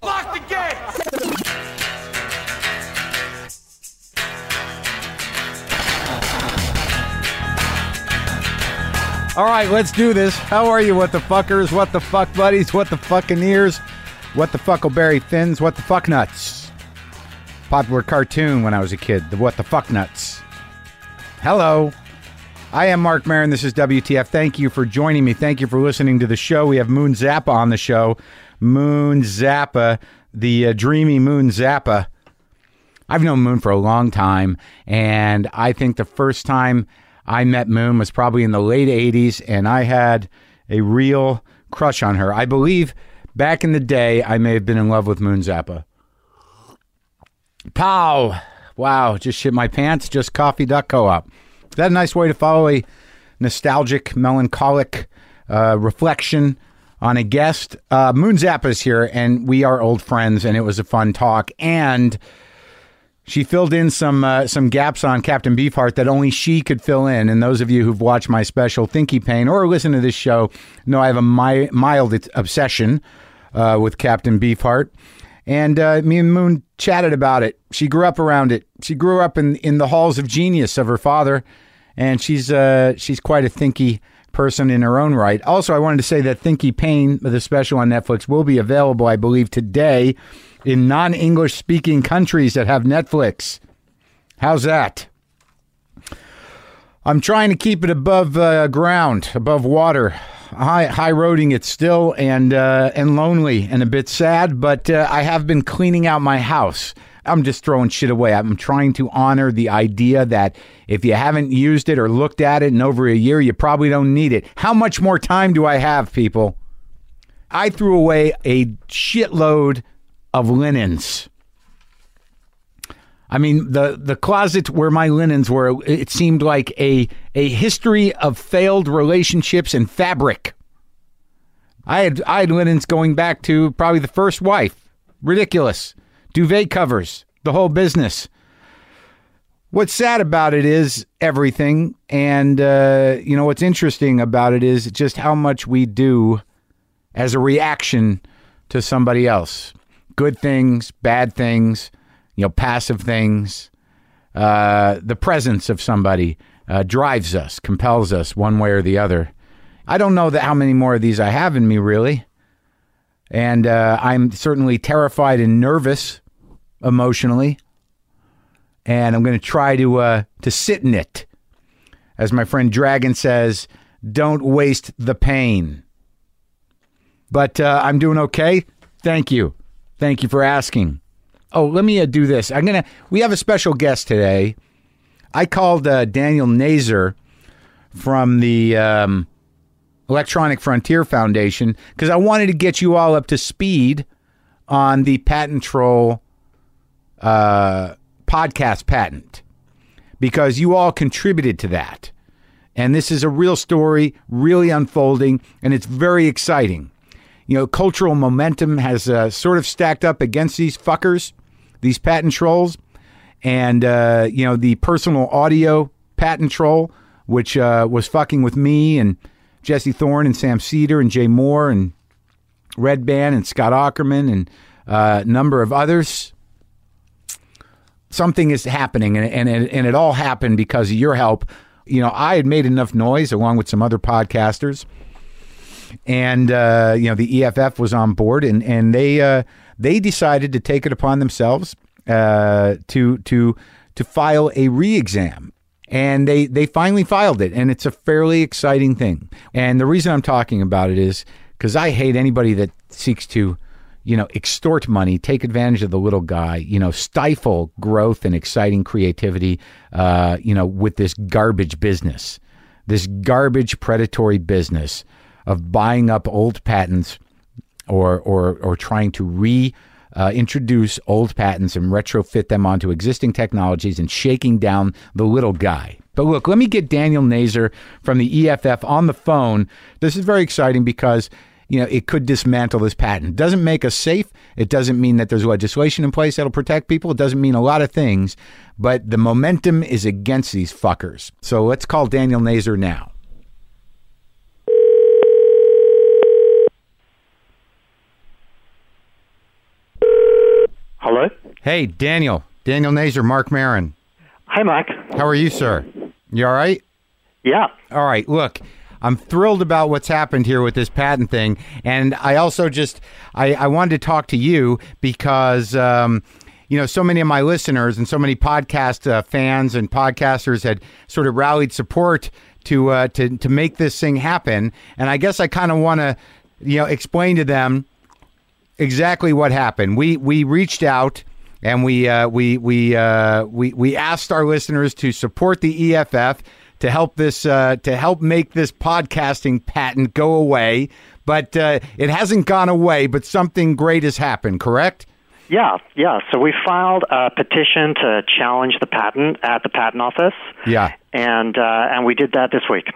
the gates! All right, let's do this. How are you, what the fuckers? What the fuck buddies? What the fucking ears? What the fuckleberry fins? What the fuck nuts? Popular cartoon when I was a kid, the What the Fuck Nuts. Hello. I am Mark Marin. This is WTF. Thank you for joining me. Thank you for listening to the show. We have Moon Zappa on the show. Moon Zappa, the uh, dreamy Moon Zappa. I've known Moon for a long time, and I think the first time I met Moon was probably in the late 80s, and I had a real crush on her. I believe back in the day, I may have been in love with Moon Zappa. Pow! Wow, just shit my pants, just coffee duck co op. Is that a nice way to follow a nostalgic, melancholic uh, reflection on a guest? Uh, Moon Zappa's here, and we are old friends, and it was a fun talk. And she filled in some uh, some gaps on Captain Beefheart that only she could fill in. And those of you who've watched my special Thinky Pain or listen to this show know I have a mi- mild it- obsession uh, with Captain Beefheart. And uh, me and Moon chatted about it. She grew up around it. She grew up in, in the halls of genius of her father, and she's uh, she's quite a thinky person in her own right. Also, I wanted to say that Thinky Pain, the special on Netflix, will be available, I believe, today in non English speaking countries that have Netflix. How's that? I'm trying to keep it above uh, ground, above water, high high roading it still, and uh, and lonely and a bit sad. But uh, I have been cleaning out my house. I'm just throwing shit away. I'm trying to honor the idea that if you haven't used it or looked at it in over a year, you probably don't need it. How much more time do I have, people? I threw away a shitload of linens. I mean, the the closet where my linens were, it seemed like a a history of failed relationships and fabric. I had I had linens going back to probably the first wife. Ridiculous. Duvet covers, the whole business. What's sad about it is everything, and uh, you know what's interesting about it is just how much we do as a reaction to somebody else. Good things, bad things, you know, passive things. Uh, the presence of somebody uh, drives us, compels us one way or the other. I don't know that how many more of these I have in me, really. And uh, I'm certainly terrified and nervous emotionally. And I'm going to try to uh, to sit in it. As my friend Dragon says, don't waste the pain but uh, I'm doing okay. Thank you. Thank you for asking. Oh, let me uh, do this. I'm going to, we have a special guest today. I called uh, Daniel Nazer from the um, Electronic Frontier Foundation because I wanted to get you all up to speed on the patent troll uh, podcast patent because you all contributed to that. And this is a real story, really unfolding, and it's very exciting. You know, cultural momentum has uh, sort of stacked up against these fuckers, these patent trolls, and uh, you know the personal audio patent troll, which uh, was fucking with me and Jesse Thorne and Sam Cedar and Jay Moore and Red Band and Scott Ackerman and uh, a number of others something is happening and, and, and and it all happened because of your help you know i had made enough noise along with some other podcasters and uh, you know the eff was on board and and they uh, they decided to take it upon themselves uh, to to to file a re-exam and they they finally filed it and it's a fairly exciting thing and the reason i'm talking about it is because i hate anybody that seeks to you know, extort money, take advantage of the little guy, you know, stifle growth and exciting creativity, uh, you know, with this garbage business, this garbage predatory business of buying up old patents or or or trying to re uh, introduce old patents and retrofit them onto existing technologies and shaking down the little guy. But look, let me get Daniel Nazer from the EFF on the phone. This is very exciting because you know it could dismantle this patent. Doesn't make us safe. It doesn't mean that there's legislation in place that'll protect people. It doesn't mean a lot of things. But the momentum is against these fuckers. So let's call Daniel Nazer now. Hello. Hey, Daniel. Daniel Nazer, Mark Marin. Hi, Mark. How are you, sir? You all right? Yeah. All right. Look, I'm thrilled about what's happened here with this patent thing, and I also just I, I wanted to talk to you because. Um, you know, so many of my listeners and so many podcast uh, fans and podcasters had sort of rallied support to uh, to to make this thing happen, and I guess I kind of want to, you know, explain to them exactly what happened. We we reached out and we uh, we we uh, we we asked our listeners to support the EFF to help this uh, to help make this podcasting patent go away. But uh, it hasn't gone away. But something great has happened. Correct? Yeah, yeah. So we filed a petition to challenge the patent at the patent office. Yeah. And uh, and we did that this week.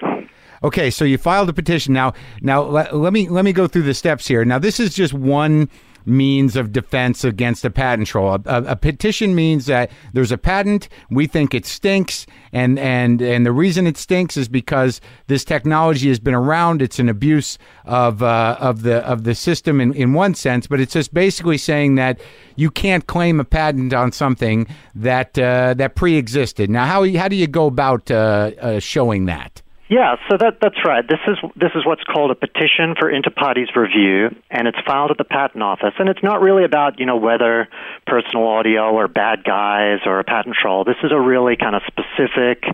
Okay, so you filed a petition. Now, now let, let me let me go through the steps here. Now, this is just one means of defense against a patent troll. A, a, a petition means that there's a patent. We think it stinks, and and and the reason it stinks is because this technology has been around. It's an abuse of uh, of the of the system in in one sense, but it's just basically saying that you can't claim a patent on something that uh, that pre-existed. Now, how how do you go about uh, uh, showing that? Yeah, so that that's right. This is this is what's called a petition for inter partes review, and it's filed at the patent office. And it's not really about you know whether personal audio or bad guys or a patent troll. This is a really kind of specific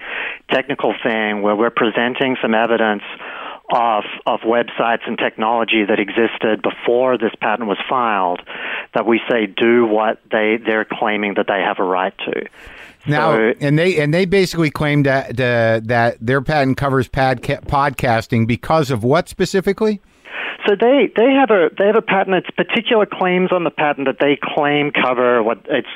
technical thing where we're presenting some evidence of of websites and technology that existed before this patent was filed that we say do what they they're claiming that they have a right to. Now, So- and they and they basically claimed that uh, that their patent covers padca- podcasting because of what specifically? So they, they have a they have a patent. It's particular claims on the patent that they claim cover what it's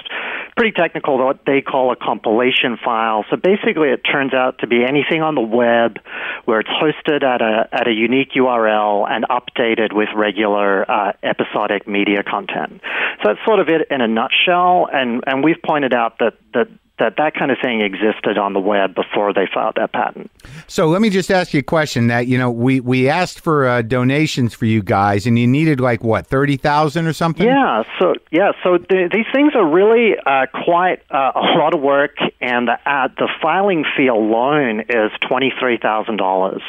pretty technical. What they call a compilation file. So basically, it turns out to be anything on the web where it's hosted at a at a unique URL and updated with regular uh, episodic media content. So that's sort of it in a nutshell. And and we've pointed out that that. That that kind of thing existed on the web before they filed that patent. So let me just ask you a question. That you know, we we asked for uh, donations for you guys, and you needed like what thirty thousand or something. Yeah, so yeah, so th- these things are really uh, quite uh, a lot of work, and the uh, the filing fee alone is twenty three thousand dollars.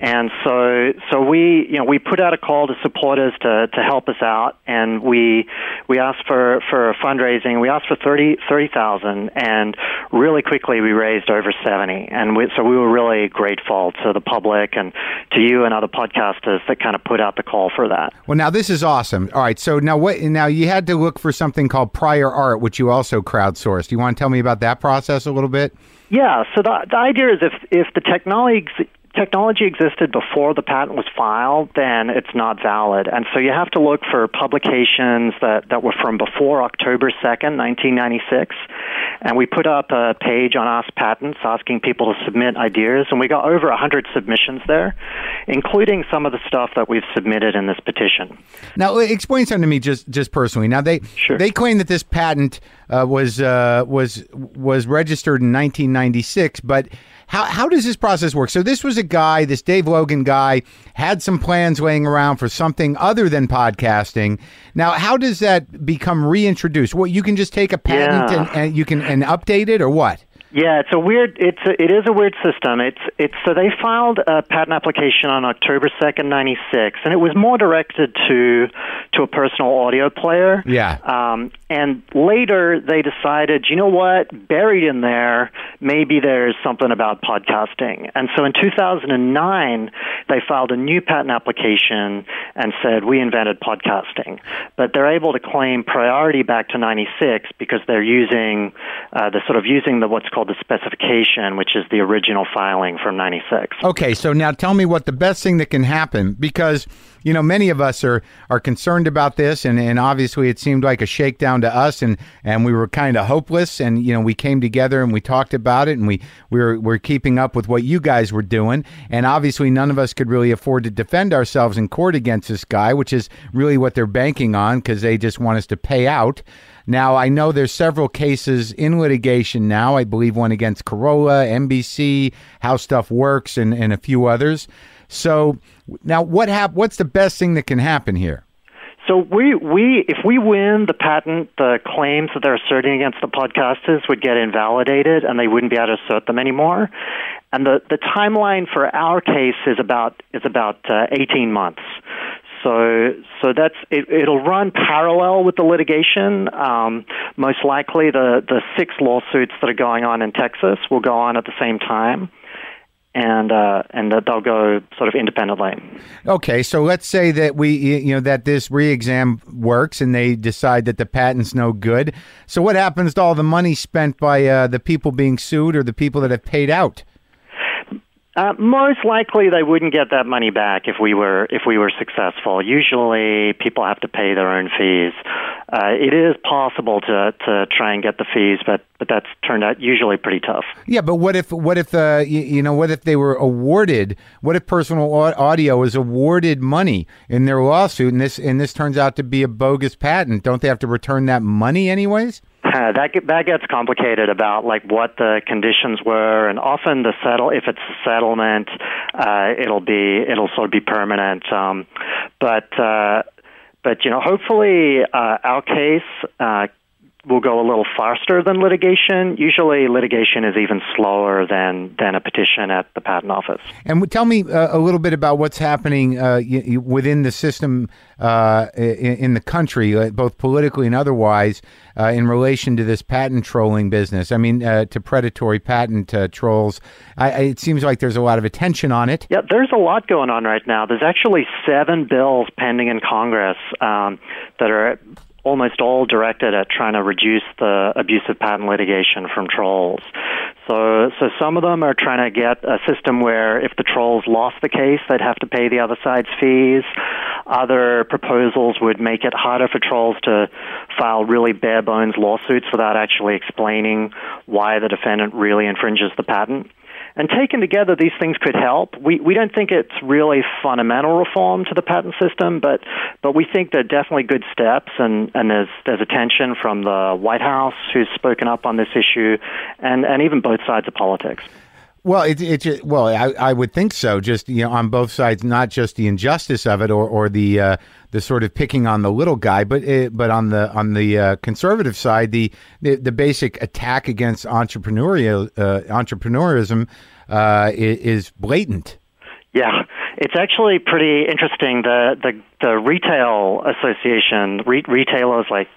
And so, so we, you know, we put out a call to supporters to, to help us out, and we we asked for for fundraising. We asked for thirty thirty thousand, and really quickly we raised over seventy. And we, so we were really grateful to the public and to you and other podcasters that kind of put out the call for that. Well, now this is awesome. All right, so now what? Now you had to look for something called prior art, which you also crowdsourced. You want to tell me about that process a little bit? Yeah. So the the idea is if if the technology ex- technology existed before the patent was filed, then it's not valid. And so you have to look for publications that that were from before October second, nineteen ninety six. And we put up a page on Ask Patents asking people to submit ideas, and we got over a hundred submissions there, including some of the stuff that we've submitted in this petition. Now, l- explain something to me just just personally. Now they Sure. they claim that this patent uh, was uh, was was registered in 1996, but how how does this process work? So this was a guy, this Dave Logan guy, had some plans laying around for something other than podcasting. Now, how does that become reintroduced? What you can just take a patent Yeah. and, and you can and update it, or what? Yeah, it's a weird. It's a, it is a weird system. It's it's so they filed a patent application on October second, ninety six, and it was more directed to to a personal audio player. Yeah. Um, and later they decided, you know what, buried in there, maybe there's something about podcasting. And so in two thousand and nine, they filed a new patent application and said we invented podcasting, but they're able to claim priority back to ninety six because they're using uh, they're sort of using the what's called the specification, which is the original filing from '96. Okay, so now tell me what the best thing that can happen because you know many of us are are concerned about this and and obviously it seemed like a shakedown to us and and we were kind of hopeless and you know we came together and we talked about it and we we were we're keeping up with what you guys were doing and obviously none of us could really afford to defend ourselves in court against this guy which is really what they're banking on cuz they just want us to pay out. Now I know there's several cases in litigation now. I believe one against Corolla, NBC, How Stuff Works, and, and a few others. So now what hap- What's the best thing that can happen here? So we, we if we win the patent, the claims that they're asserting against the podcasters would get invalidated, and they wouldn't be able to assert them anymore. And the, the timeline for our case is about is about uh, eighteen months. So so that's it, it'll run parallel with the litigation. Um, most likely, the the six lawsuits that are going on in Texas will go on at the same time and uh, and that they'll go sort of independently. Okay, so let's say that we you know that this re-exam works and they decide that the patent's no good. So what happens to all the money spent by uh, the people being sued or the people that have paid out? Uh, most likely, they wouldn't get that money back if we were if we were successful. Usually, people have to pay their own fees. Uh, it is possible to to try and get the fees, but but that's turned out usually pretty tough. Yeah, but what if what if uh, you, you know what if they were awarded? What if personal au- audio is awarded money in their lawsuit, and this and this turns out to be a bogus patent? Don't they have to return that money anyways? Uh, that get, that gets complicated about like what the conditions were, and often the settle if it's a settlement, uh, it'll be it'll sort of be permanent. Um, but uh, but you know, hopefully uh, our case uh, will go a little faster than litigation. Usually, litigation is even slower than than a petition at the patent office. And w- tell me uh, a little bit about what's happening uh, y- y- within the system uh, in, in the country, uh, both politically and otherwise, uh, in relation to this patent trolling business. I mean, uh, to predatory patent uh, trolls. I, I, it seems like there's a lot of attention on it. Yeah, there's a lot going on right now. There's actually seven bills pending in Congress um, that are almost all directed at trying to reduce the abusive patent litigation from trolls. So, so some of them are trying to get a system where if the trolls lost the case, they'd have to pay the other side's fees. Other proposals would make it harder for trolls to file really bare bones lawsuits without actually explaining why the defendant really infringes the patent. And taken together, these things could help. We, we don't think it's really fundamental reform to the patent system, but, but we think they're definitely good steps, and, and there's, there's attention from the White House, who's spoken up on this issue, and, and even both sides of politics. Well, it, it ju- well, I, I would think so. Just you know, on both sides, not just the injustice of it, or or the uh, the sort of picking on the little guy, but uh but on the on the uh, conservative side, the, the the basic attack against entrepreneurial uh, entrepreneurism uh, is, is blatant. Yeah, it's actually pretty interesting. The the, the retail association, re- retailers like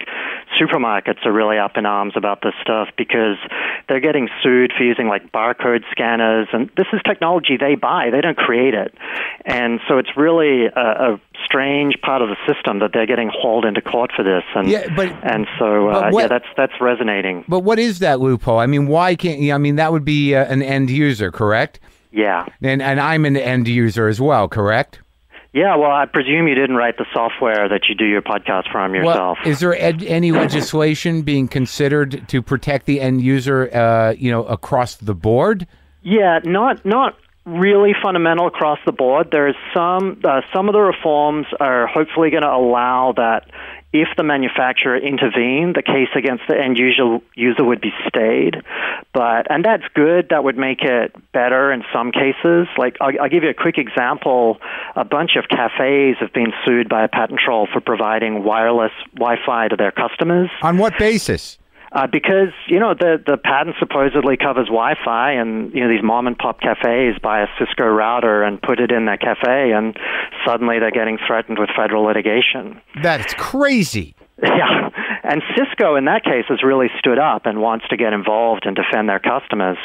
supermarkets are really up in arms about this stuff because they're getting sued for using like barcode scanners, and this is technology they buy. They don't create it, and so it's really a, a strange part of the system that they're getting hauled into court for this. And Yeah, but- and so uh, but what- yeah, that's that's resonating. But what is that loophole? I mean, why can't? I mean, that would be uh, an end user, correct? Yeah. And and I'm an end user as well, correct? Yeah, well, I presume you didn't write the software that you do your podcast from yourself. Well, is there ed- any legislation being considered to protect the end user? Uh, you know, across the board. yeah, not not really fundamental across the board. There's some uh, some of the reforms are hopefully going to allow that if the manufacturer intervened, the case against the end user user would be stayed. But and that's good. That would make it better in some cases. Like I'll, I'll give you a quick example. A bunch of cafes have been sued by a patent troll for providing wireless Wi-Fi to their customers. On what basis? Uh, because you know the the patent supposedly covers Wi-Fi, and you know these mom and pop cafes buy a Cisco router and put it in their cafe, and suddenly they're getting threatened with federal litigation. That's crazy. Yeah, and Cisco in that case has really stood up and wants to get involved and defend their customers,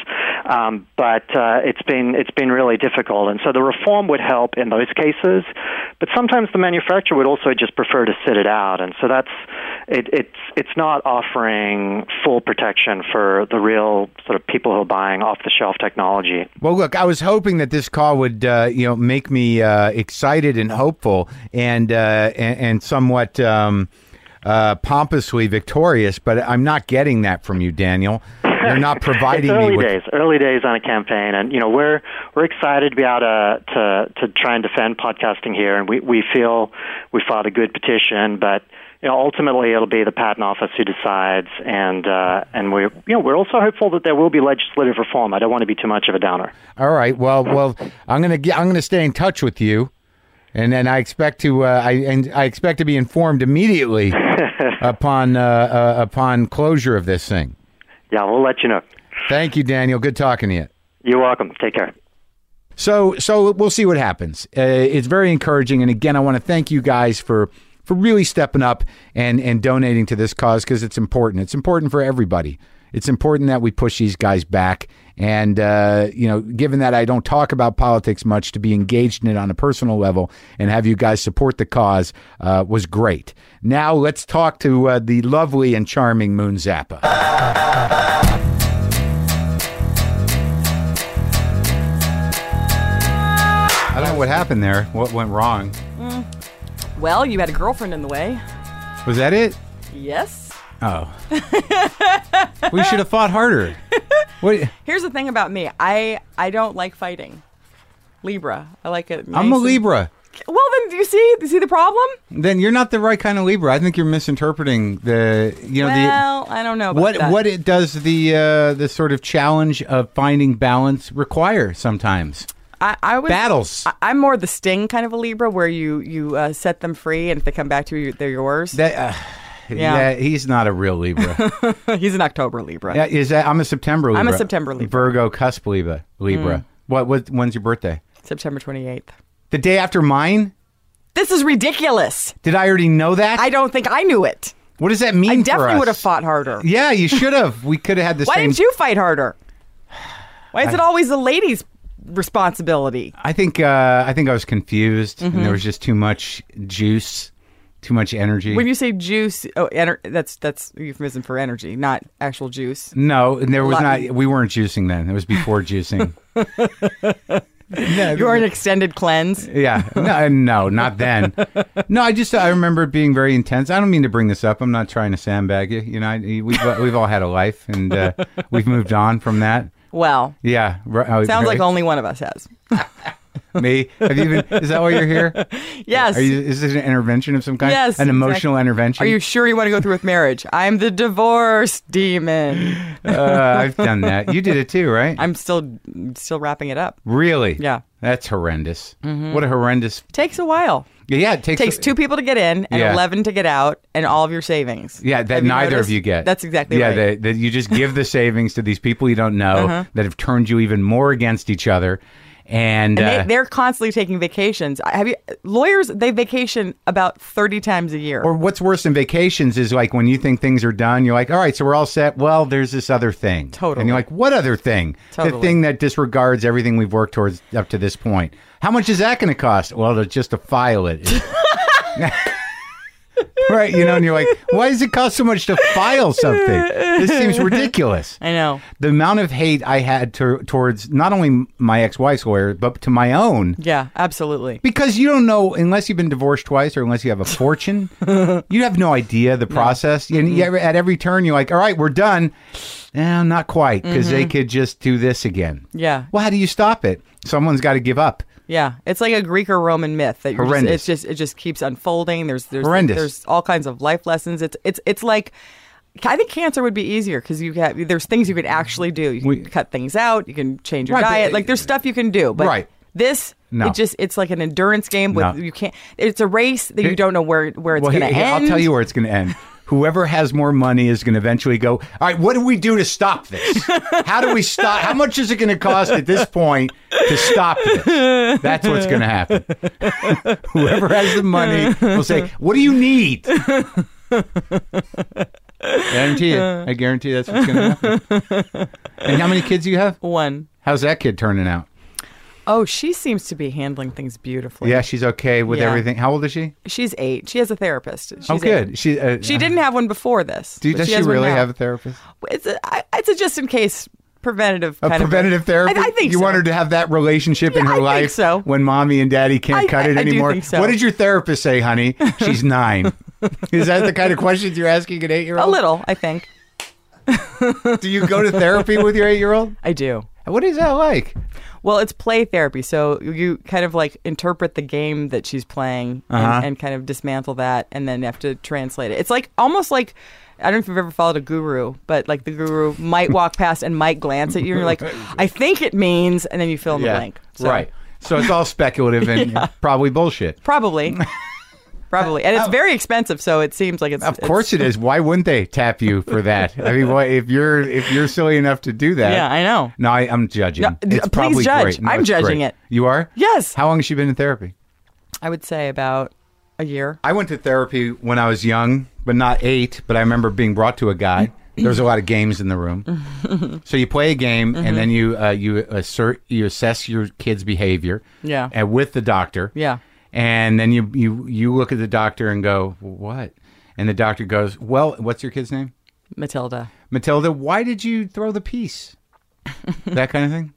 um, but uh, it's been it's been really difficult, and so the reform would help in those cases, but sometimes the manufacturer would also just prefer to sit it out, and so that's it, it's it's not offering full protection for the real sort of people who are buying off the shelf technology. Well, look, I was hoping that this call would, uh, you know, make me uh, excited and hopeful, and uh, and, and somewhat um, uh, pompously victorious. But I'm not getting that from you, Daniel. You're not providing it's me early with days, early days on a campaign, and you know we're we're excited to be able to to, to try and defend podcasting here, and we we feel we filed a good petition, but you know ultimately it'll be the patent office who decides, and uh, and we you know we're also hopeful that there will be legislative reform. I don't want to be too much of a downer. All right. Well, well, I'm gonna get, I'm gonna stay in touch with you, and and I expect to uh, I and I expect to be informed immediately upon uh, uh, upon closure of this thing. Yeah, we'll let you know. Thank you, Daniel. Good talking to you. You're welcome. Take care. So so we'll see what happens. Uh, it's very encouraging, and again, I want to thank you guys for for really stepping up and and donating to this cause because it's important. It's important for everybody. It's important that we push these guys back, and uh, you know, given that I don't talk about politics much, to be engaged in it on a personal level and have you guys support the cause uh, was great. Now let's talk to uh, the lovely and charming Moon Zappa. I don't know what happened there. What went wrong? Well, you had a girlfriend in the way. Was that it? Yes. Oh. we should have fought harder. What? Here's the thing about me. I I don't like fighting. Libra. I like it. I'm a nice and- Libra. Well, then do you see? Do you see the problem? Then you're not the right kind of Libra. I think you're misinterpreting the you know well, I don't know. the About what that. what it does the uh, the sort of challenge of finding balance require sometimes I, I was battles. I, I'm more the sting kind of a Libra, where you you uh, set them free, and if they come back to you, they're yours. that, uh, Yeah. yeah. he's not a real Libra. He's an October Libra. yeah, is that I'm a September Libra. a September Libra. Mm. Virgo cusp Libra. Libra. What what when's your birthday? September 28th. The day after mine? This is ridiculous. Did I already know that? I don't think I knew it. what does that mean? I for definitely us? would have fought harder. Yeah, you should have. We could have had the Why same didn't you fight harder? Why is it always the lady's responsibility? I think uh, I think I was confused, and Mm-hmm. there was just too much juice, too much energy. When you say juice, oh, ener- that's that's a euphemism for energy, not actual juice. no, and there was Lot- not. We weren't juicing then. It was before juicing. yeah, You're an extended cleanse. yeah, no, no, not then. No, I just I remember it being very intense. I don't mean to bring this up. I'm not trying to sandbag you. You know, I, we've we've all had a life, and uh, we've moved on from that. Well, Yeah, right, oh, sounds like right? only one of us has. me. Have you been? Is that why you're here? Yes. Are you, is this an intervention of some kind? Yes, an emotional exactly. intervention. Are you sure you want to go through with marriage? I'm the divorce demon. uh, I've done that. You did it too, right? I'm still still wrapping it up. really? Yeah. That's horrendous. What a horrendous. Takes a while. Yeah, it takes, takes two people to get in and Yeah. 11 to get out and all of your savings. Yeah, that Have you neither noticed? of you get. That's exactly yeah, right. Uh-huh. that- that you just give the savings to these people you don't know that have turned you even more against each other, and, And uh, they, they're constantly taking vacations. I- Have you lawyers? They vacation about thirty times a year. or what's worse than vacations is like when you think things are done, you're like, all right, so we're all set. Well, there's this other thing. Totally. And you're like, what other thing? The Totally. thing that disregards everything we've worked towards up to this point. How much is that going to cost? Well, to- just to file it. right. You know, and you're like, why does it cost so much to file something? This seems ridiculous. I know. The amount of hate I had to, towards not only my ex wife's lawyer, but to my own Yeah, absolutely. because you don't know unless you've been divorced twice or unless you have a fortune, you have no idea the process. And you- at every turn, you're like, "All right, we're done." Eh, not quite, because they could just do this again. Yeah. Well, how do you stop it? Someone's got to give up. Yeah, it's like a Greek or Roman myth that you're just- Horrendous. it's just it just keeps unfolding. There's there's Horrendous. there's all kinds of life lessons. It's it's it's like. I think cancer would be easier because you have there's things you can actually do. You can We- cut things out. You can change your Right, but- uh, diet. like there's stuff you can do. But Right. this, No. it just it's like an endurance game. With No. you can't. It's a race that Here- you don't know where where it's well, going to here- here, end. I'll tell you where it's going to end. Whoever has more money is going to eventually go. All right, what do we do to stop this? How do we stop? How much is it going to cost at this point to stop this? That's what's going to happen. Whoever has the money will say, "What do you need?" guarantee it. I guarantee that's what's going to happen. And how many kids do you have? one. How's that kid turning out? Oh, she seems to be handling things beautifully. Yeah, she's okay with Yeah. everything. How old is she? She's eight. She has a therapist. She's oh, eight. good. She uh, She didn't have one before this. Do, but does she, has one really now. have a therapist? It's a, I- it's a just in case preventative A kind preventative of therapy. I, I think you so. want her to have that relationship in Yeah, her I think life. so. when mommy and daddy can't I- cut I- it I do anymore. think so. What did your therapist say, honey? She's nine. Is that the kind of questions you're asking an a eight-year-old? little. I think Do you go to therapy with your eight-year-old? I do. What is that like? Well, it's play therapy, so you kind of like interpret the game that she's playing and, Uh-huh. and kind of dismantle that, and then have to translate it. It's like almost like. I don't know if you've ever followed a guru, but like the guru might walk past and might glance at you, and you're like, "I think it means," and then you fill in the blank. So Right. So it's all speculative and probably bullshit. Probably. Probably. And it's very expensive, so it seems like it's Oh. Of course it is. Why wouldn't they tap you for that? I mean, why, if you're if you're silly enough to do that? Yeah, I know. No, I, I'm judging. No, d- it's please probably judge. great. No, I'm it's judging great. it. You are? Yes. How long has she been in therapy? I would say about a year. I went to therapy when I was young, but not eight. But I remember being brought to a guy. There was a lot of games in the room, so you play a game and then you Mm-hmm. uh, you assert you assess your kid's behavior. Yeah. And with the doctor. Yeah. And then you you you look at the doctor and go what? And the doctor goes, well, what's your kid's name? Matilda. Matilda, why did you throw the piece? that kind of thing.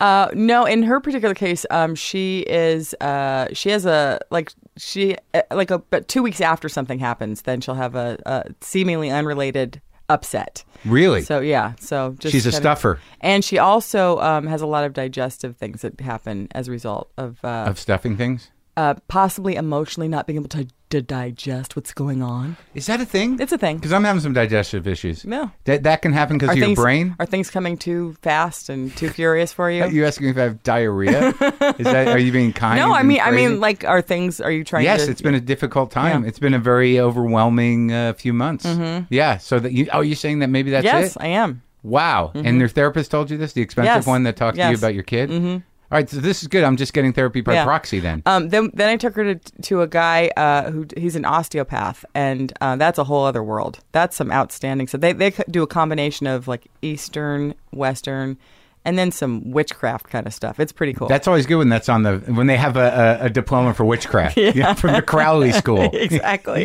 Uh, no, in her particular case, um, she is uh, she has a like she uh, like a but two weeks after something happens, then she'll have a, a seemingly unrelated upset. Really? So yeah, so just She's a kinda- stuffer. and she also um, has a lot of digestive things that happen as a result of, uh, of stuffing things. uh, possibly emotionally not being able to, to digest what's going on. Is that a thing? It's a thing. Because I'm having some digestive issues. No. That that can happen because of your things, brain. Are things coming too fast and too furious for you? Are you asking if I have diarrhea? Is that are you being kind? no, I and mean, I crazy? mean, like, are things? Are you trying? yes, to, it's been a difficult time. Yeah. Mm-hmm. It's been a very overwhelming uh, few months. Yeah, so that you oh, you're saying that maybe that's Yes, it? I am. Wow. And your therapist told you this, the expensive Yes. one that talked to you Yes. about your kid. Mm-hmm. right, so this is good. I'm just getting therapy by Yeah. proxy then. Um, then, then I took her to, to a guy uh, who he's an osteopath, and uh, that's a whole other world. That's some outstanding. So they they c- do a combination of like Eastern, Western, and then some witchcraft kind of stuff. It's pretty cool. That's always good when that's on the when they have a, a, a diploma for witchcraft yeah. from the Crowley School. Exactly.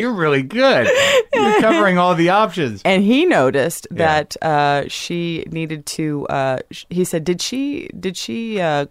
You're really good. You're covering all the options. and he noticed that uh, she needed to. Uh, sh- he said, "Did she? Did she? Uh,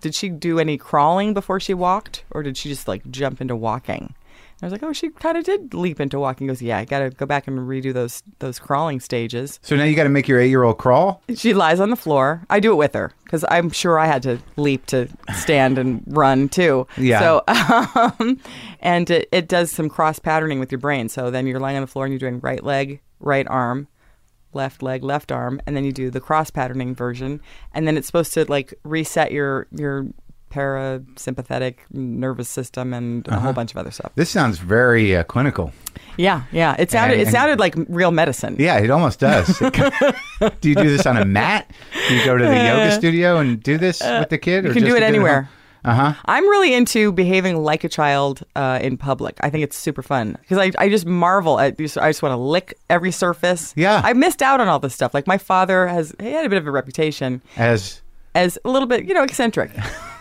did she do any crawling before she walked, or did she just like jump into walking?" And I was like, "Oh, she kind of did leap into walking." He goes, "Yeah, I got to go back and redo those those crawling stages." So now you got to make your eight year old crawl. She lies on the floor. I do it with her because I'm sure I had to leap to stand and run too. Yeah. So, um, and it, it does some cross patterning with your brain. So then you're lying on the floor and you're doing right leg, right arm, left leg, left arm, and then you do the cross patterning version. And then it's supposed to like reset your your parasympathetic nervous system and a Uh-huh. whole bunch of other stuff. This sounds very uh, clinical. Yeah, yeah. It sounded And- it and- sounded like real medicine. Yeah, it almost does. do you do this on a mat? Do you go to the yoga studio and do this with the kid? Uh, You can do it anywhere. Uh-huh. Uh huh. I'm really into behaving like a child uh, in public. I think it's super fun because I, I just marvel at these. I just want to lick every surface. Yeah. I missed out on all this stuff. Like my father has he had a bit of a reputation As as a little bit you know eccentric,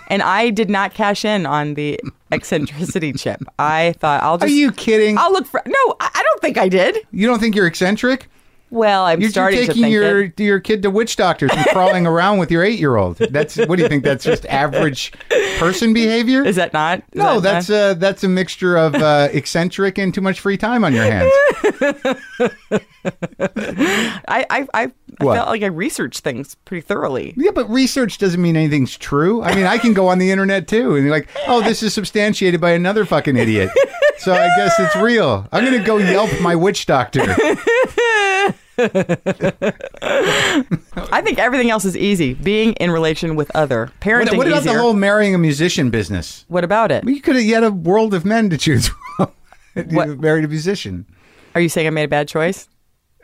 and I did not cash in on the eccentricity chip. I thought I'll are just you kidding? I'll look for no. I, I don't think I did. you don't think you're eccentric? Well, I'm You're, you're starting to taking think your it. your kid to witch doctors and crawling around with your eight year old. That's what do you think? That's just average person behavior. Is that not? Is no, that that's not? uh, that's a mixture of uh, eccentric and too much free time on your hands. I I, I, I What? felt like I researched things pretty thoroughly. Yeah, but research doesn't mean anything's true. I mean, I can go on the internet too and be like, oh, this is substantiated by another fucking idiot. So I guess it's real. I'm going to go Yelp my witch doctor. I think everything else is easy. Being in relation with other parenting. What, what about easier. the whole marrying a musician business? What about it? You could have yet a world of men to choose from. You What- married a musician. Are you saying I made a bad choice?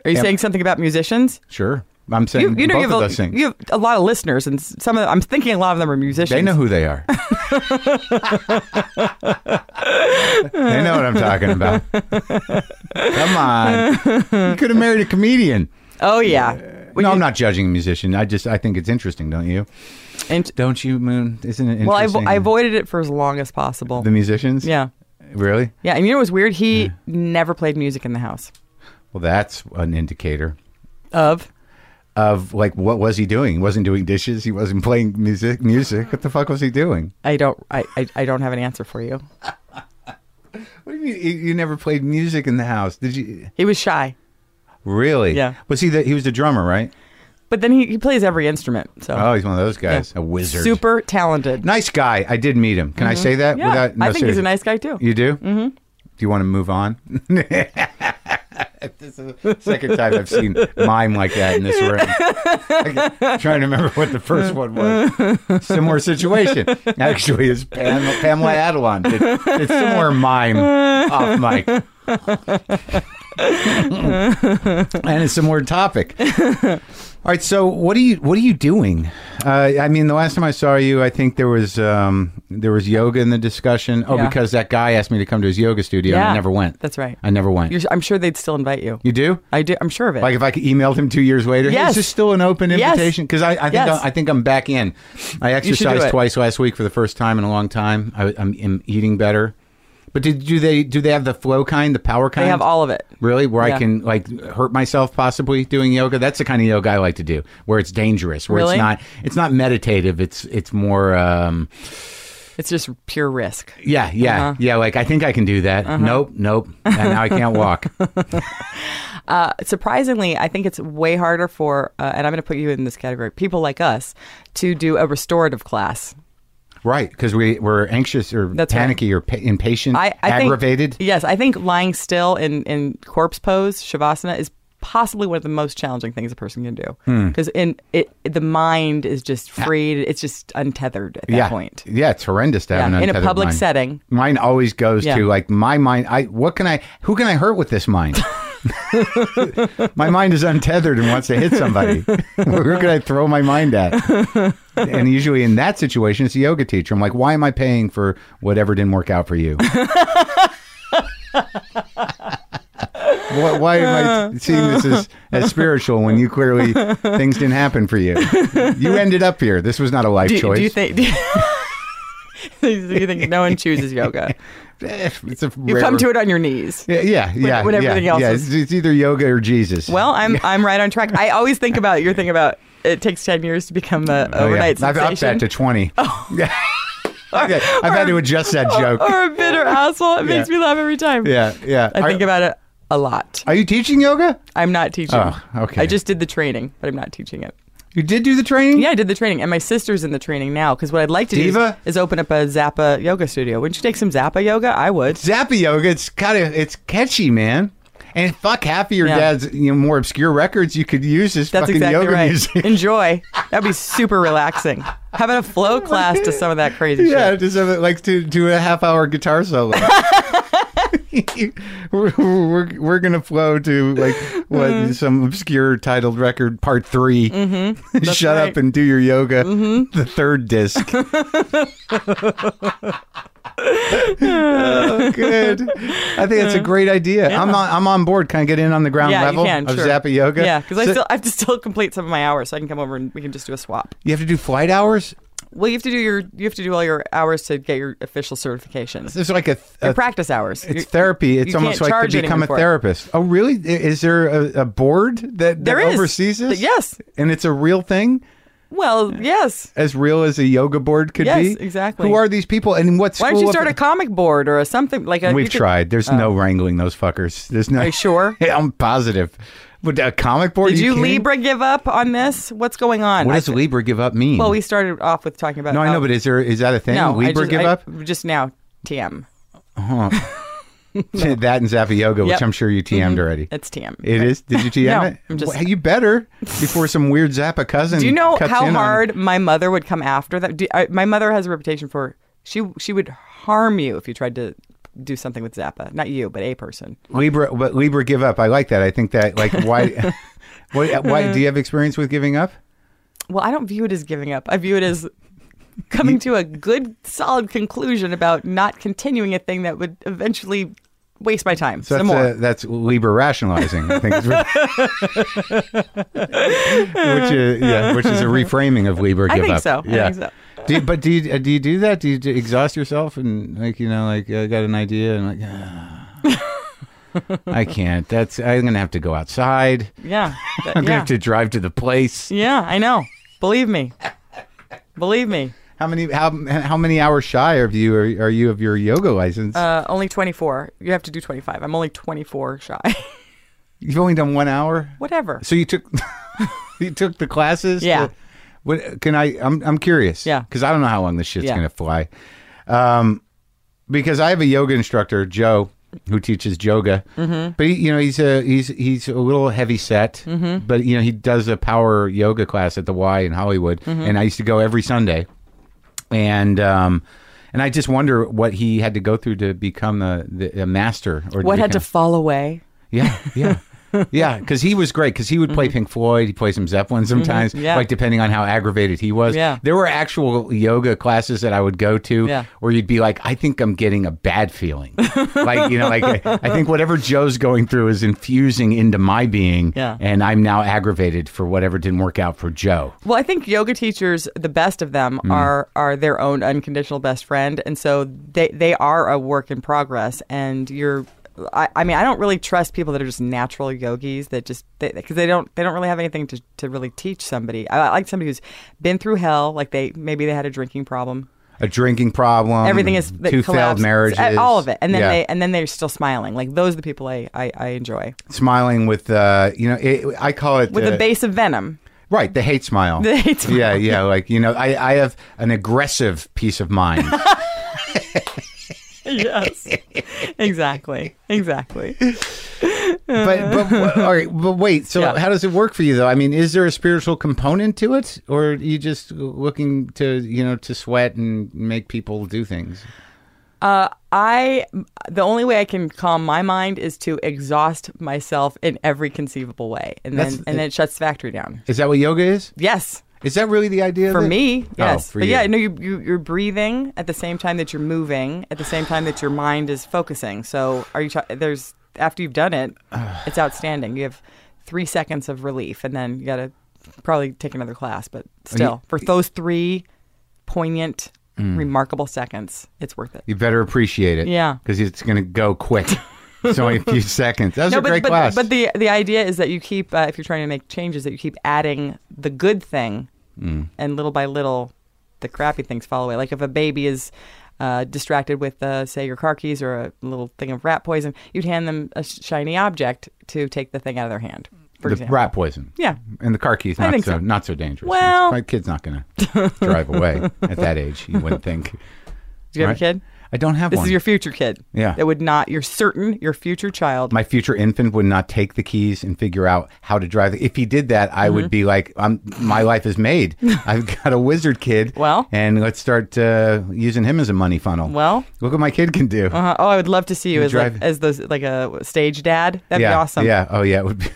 Are you Am- saying something about musicians? Sure. I'm You, saying you know, both you have, of a, those things. you have a lot of listeners, and s- some of I'm thinking a lot of them are musicians. they know who they are. they know what I'm talking about. Come on. You could have married a comedian. Oh yeah. no, I'm not judging a musician. I just I think it's interesting, don't you? And, Don't you, Moon? Isn't it interesting? well, I, vo- I avoided it for as long as possible. the musicians. yeah, really. yeah. And you know what's weird? He never played music in the house. Well, that's an indicator Of of like what was he doing? He wasn't doing dishes. He wasn't playing music. Music. What the fuck was he doing? I don't I, I, I don't have an answer for you. What do you mean? You, you never played music in the house? Did you? He was shy, Really? Yeah. Was he the? He was the drummer, right? but then he, he plays every instrument. So Oh, he's one of those guys. A wizard. super talented. nice guy. I did meet him. Can Mm-hmm. I say that? Yeah, without, I think he's seriously. a nice guy too. You do? Mm-hmm. Do you want to move on? this is the second time I've seen mime like that in this room. I'm trying to remember what the first one was. Similar situation. Actually, is Pam, Pamela Adelon. Did, did similar mime off mic. and a similar topic. All right, so what are you what are you doing? Uh, I mean, the last time I saw you, I think there was um, there was yoga in the discussion. Oh, Yeah. because that guy asked me to come to his yoga studio, and I Yeah. never went. That's right. I never went. You're, I'm sure they'd still invite you. You do? I do. I'm sure of it. Like if I could emailed him two years later, hey, Yes. is this still an open Yes. invitation? Because I, I think Yes. I, I think I'm back in. I should do exercised it. twice last week for the first time in a long time. I, I'm, I'm eating better. But did, do they do they have the flow kind, the power kind? they have all of it. Really, where I Yeah. can like hurt myself possibly doing yoga. That's the kind of yoga I like to do, where it's dangerous, where Really? it's not it's not meditative. It's it's more um, It's just pure risk. yeah yeah Uh-huh. yeah. Like I think I can do that. Nope nope. And now I can't walk. Uh, surprisingly, I think it's way harder for, uh, and I'm going to put you in this category, people like us to do a restorative class. Right, because we we're anxious or That's right. panicky or pa- impatient, I, I aggravated. Think, yes, I think lying still in, in corpse pose, shavasana, is possibly one of the most challenging things a person can do Hmm. because in it, the mind is just freed. It's just untethered at that Ah. yeah, point. yeah, it's horrendous to have Yeah, an in a untethered public mind. setting. Mine always goes Yeah. to like my mind. I what can I? Who can I hurt with this mind? my mind is untethered and wants to hit somebody. Where can I throw my mind at? And usually in that situation, it's a yoga teacher. I'm like, why am I paying for whatever didn't work out for you? why, why am I seeing this as, as spiritual when you clearly things didn't happen for you? You ended up here. This was not a life Do, choice. do you think? Do you, think no one chooses yoga? Eh, it's a You come to it on your knees. Yeah, yeah, yeah. when yeah, everything else yeah. is- It's, it's either yoga or Jesus. Well, I'm I'm right on track. I always think about your thing about it takes ten years to become a Oh, yeah. overnight I've upped sensation. Oh. that to twenty. Yeah. Okay, I've had to adjust that joke. or a bitter asshole. It makes Yeah. me laugh every time. yeah, yeah. I are, think about it a lot. are you teaching yoga? I'm not teaching. Oh, okay. I just did the training, but I'm not teaching it. You did do the training. Yeah, I did the training, and my sister's in the training now because what I'd like to do Diva? is- is open up a Zappa yoga studio. Wouldn't you take some Zappa yoga? I would. Zappa yoga. It's kind of it's catchy, man. And fuck, half of your Yeah. dad's you know, more obscure records you could use as That's fucking exactly yoga right. music. Enjoy. That'd be super relaxing. Having a flow class to some of that crazy Yeah, shit. just have it like to do a half hour guitar solo. we're, we're, we're gonna flow to like what Uh-huh. some obscure titled record part 3 Mm-hmm. Shut up right. Mm-hmm. and do your yoga. The third disc. Oh, good. I think that's a great idea. I'm on. I'm on board. Can I get in on the ground Yeah, level you can. of sure. Zappa yoga? Yeah, because I So still I have to still complete some of my hours, so I can come over and we can just do a swap. you have to do flight hours. Well, you have to do your you have to do all your hours to get your official certifications. There's like a, Your a practice hours. It's Your- therapy. It's you almost can't like charge to become anyone a for it. therapist. Oh, really? I- Is there a, a board that, that There is. oversees this? Yes. And it's a real thing, Well, yes. as real as a yoga board could be. Yes, exactly. Who are these people, and what school? Why don't you of- start a comic board or a something like a? We've you could- Oh. tried. There's no wrangling those fuckers. There's no. Are you sure? Yeah, I'm positive. With a comic board? Did Are you, kidding? Libra give up on this? What's going on? What I- does Libra give up mean? well, we started off with talking about. no, I how- know, but is there is that a thing? no, I Libra just- give I- up? just now. TM. that and Zappa yoga, which Yep. I'm sure you TM'd already. It's TM. It is. Did you TM No, it? I'm just- Well, you better before some weird Zappa cousin. Do you know cuts how in on- hard my mother would come after that? Do, I, my mother has a reputation for she she would harm you if you tried to do something with Zappa. Not you, but a person. Libra? But Libra give up. I like that. I think that like why, why, why do you have experience with giving up? Well, I don't view it as giving up. I view it as coming to a good, solid conclusion about not continuing a thing that would eventually waste my time So some that's, more. uh, that's Libra rationalizing. I think, is what- which is uh, yeah, which is a reframing of Libra I give think up. so. I Yeah. think so. Do you, but do you uh, do you do that? Do you do exhaust yourself and like you know like I got an idea and like "Ah, I can't. That's I'm gonna have to go outside. yeah, That- I'm gonna yeah, have to drive to the place. yeah. I know. Believe me. Believe me. How many how how many hours shy of you are, are you of your yoga license? Uh, only 24. You have to do 25. I'm only 24 shy. You've only done one hour. Whatever. So you took you took the classes. Yeah. to- what can I? I'm I'm curious. Yeah. Because I don't know how long this shit's Yeah. gonna fly. Um, because I have a yoga instructor, Joe, who teaches yoga. Mm-hmm. But he, you know, he's a he's he's a little heavy set. Mm-hmm. But you know, he does a power yoga class at the Y in Hollywood, Mm-hmm. and I used to go every Sunday. And um, and I just wonder what he had to go through to become a, the, a master or What had to become- fall away? yeah, yeah. yeah, because he was great. Because he would play Pink Floyd. He plays some Zeppelin sometimes. Mm-hmm. yeah. Like depending on how aggravated he was. Yeah. There were actual yoga classes that I would go to Yeah. where you'd be like, I think I'm getting a bad feeling. like you know, like I, I think whatever Joe's going through is infusing into my being. Yeah. And I'm now aggravated for whatever didn't work out for Joe. Well, I think yoga teachers, the best of them, Mm. are are their own unconditional best friend, and so they they are a work in progress. And you're, I, I mean, I don't really trust people that are just natural yogis that just because they, don't they don't really have anything to, to really teach somebody. I, I like somebody who's been through hell, like they maybe they had a drinking problem, A drinking problem. everything is that Um, two failed collapsed, marriages. all of it, and then Yeah. they and then they're still smiling. Like those are the people I I, I enjoy smiling with uh, you know, it, I call it with uh, a base of venom. Right, the hate smile. The hate smile. Yeah, yeah. Like you know, I, I have an aggressive peace of mind. yes, exactly, exactly. but but w- all right, but wait. So Yeah. how does it work for you though? I mean, is there a spiritual component to it, or are you just looking to you know to sweat and make people do things? Uh, I the only way I can calm my mind is to exhaust myself in every conceivable way, and then That's- and then it shuts the factory down. Is that what yoga is? Yes, Is that really the idea? for that- me, yes, Oh, for but you. yeah, no, you, you you're breathing at the same time that you're moving, at the same time that your mind is focusing. So are you? Tra- there's after you've done it, it's outstanding. You have three seconds of relief, and then you gotta probably take another class, but still, for those three poignant, Mm. remarkable seconds, it's worth it. you better appreciate it. Yeah. because it's going to go quick. it's only a few seconds. That was a but, great but, class. but the the idea is that you keep uh, if you're trying to make changes that you keep adding the good thing, Mm. and little by little, the crappy things fall away. Like if a baby is uh, distracted with, uh, say, your car keys or a little thing of rat poison, you'd hand them a sh- shiny object to take the thing out of their hand. For the example, rat poison. Yeah. and the car keys I not so, think so. not so dangerous. Well- my kid's not going to drive away at that age. You wouldn't think. Do you have Right. a kid? I don't have This one. is your future kid. Yeah. That would not. You're certain your future child. My future infant would not take the keys and figure out how to drive. If he did that, I Mm-hmm. would be like, I'm, my life is made. I've got a wizard kid. Well. and let's start uh, using him as a money funnel. Well. look what my kid can do. uh Oh, I would love to see you, as drive- like as those like a stage dad. That'd yeah, be awesome. Yeah. Oh, yeah. It would be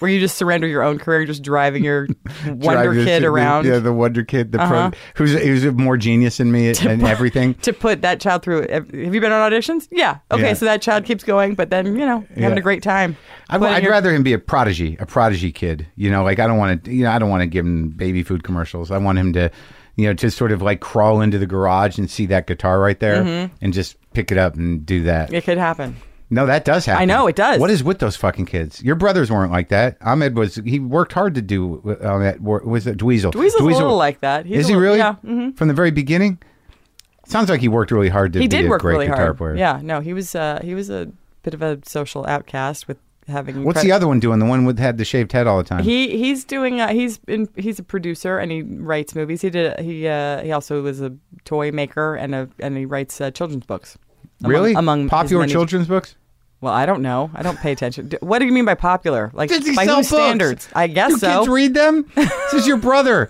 where you just surrender your own career, you're just driving your wonder drive this- kid the- around Uh-huh. yeah, the wonder kid. The pro, who's who's more genius than me and everything. to put that child through. Have have you been on auditions? Yeah. Okay, Yeah. so that child keeps going, but then you know having Yeah. a great time. I, Putting would your- rather him be a prodigy, a prodigy kid. You know, like I don't want to, you know, I don't want to give him baby food commercials. I want him to, you know, just sort of like crawl into the garage and see that guitar right there Mm-hmm. and just pick it up and do that. It could happen. No, that does happen. I know, it does. What is with those fucking kids? Your brothers weren't like that. Ahmed was. He worked hard to do on that. wor- Was it Dweezil? Dweezil's a little like that. He's is a he little- really? yeah, mhm. From the very beginning. Sounds like he worked really hard to He be did a work great really guitar hard. player. Yeah. No, he was uh, he was a bit of a social outcast with having. What's pre- the other one doing? The one with had the shaved head all the time. He he's doing uh, he's in, he's a producer and he writes movies. He did he uh, he also was a toy maker and a and he writes uh, children's books. Among- really? among his popular many- children's books. Well, I don't know. I don't pay attention. D- What do you mean by popular? Like Does he by sell whose books? standards? I guess Do so. kids read them? this is your brother.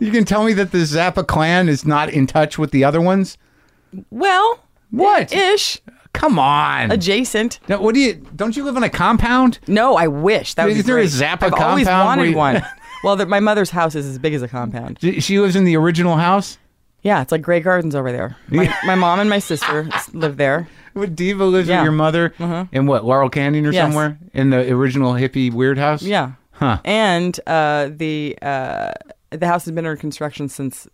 you can tell me that the Zappa clan is not in touch with the other ones. well, What? ish Come on. adjacent? Now, what do you? Don't you live in a compound? No, I wish that would Is be there a great. Zappa I've always compound where wanted you- one. well, the, my mother's house is as big as a compound. She she lives in the original house. Yeah, it's like Grey Gardens over there. My, my mom and my sister s- live there. With Diva lives Yeah. Uh-huh. with your mother in what Laurel Canyon or Yes. somewhere in the original hippie weird house. Yeah. Huh. And uh, the uh, the house has been under construction since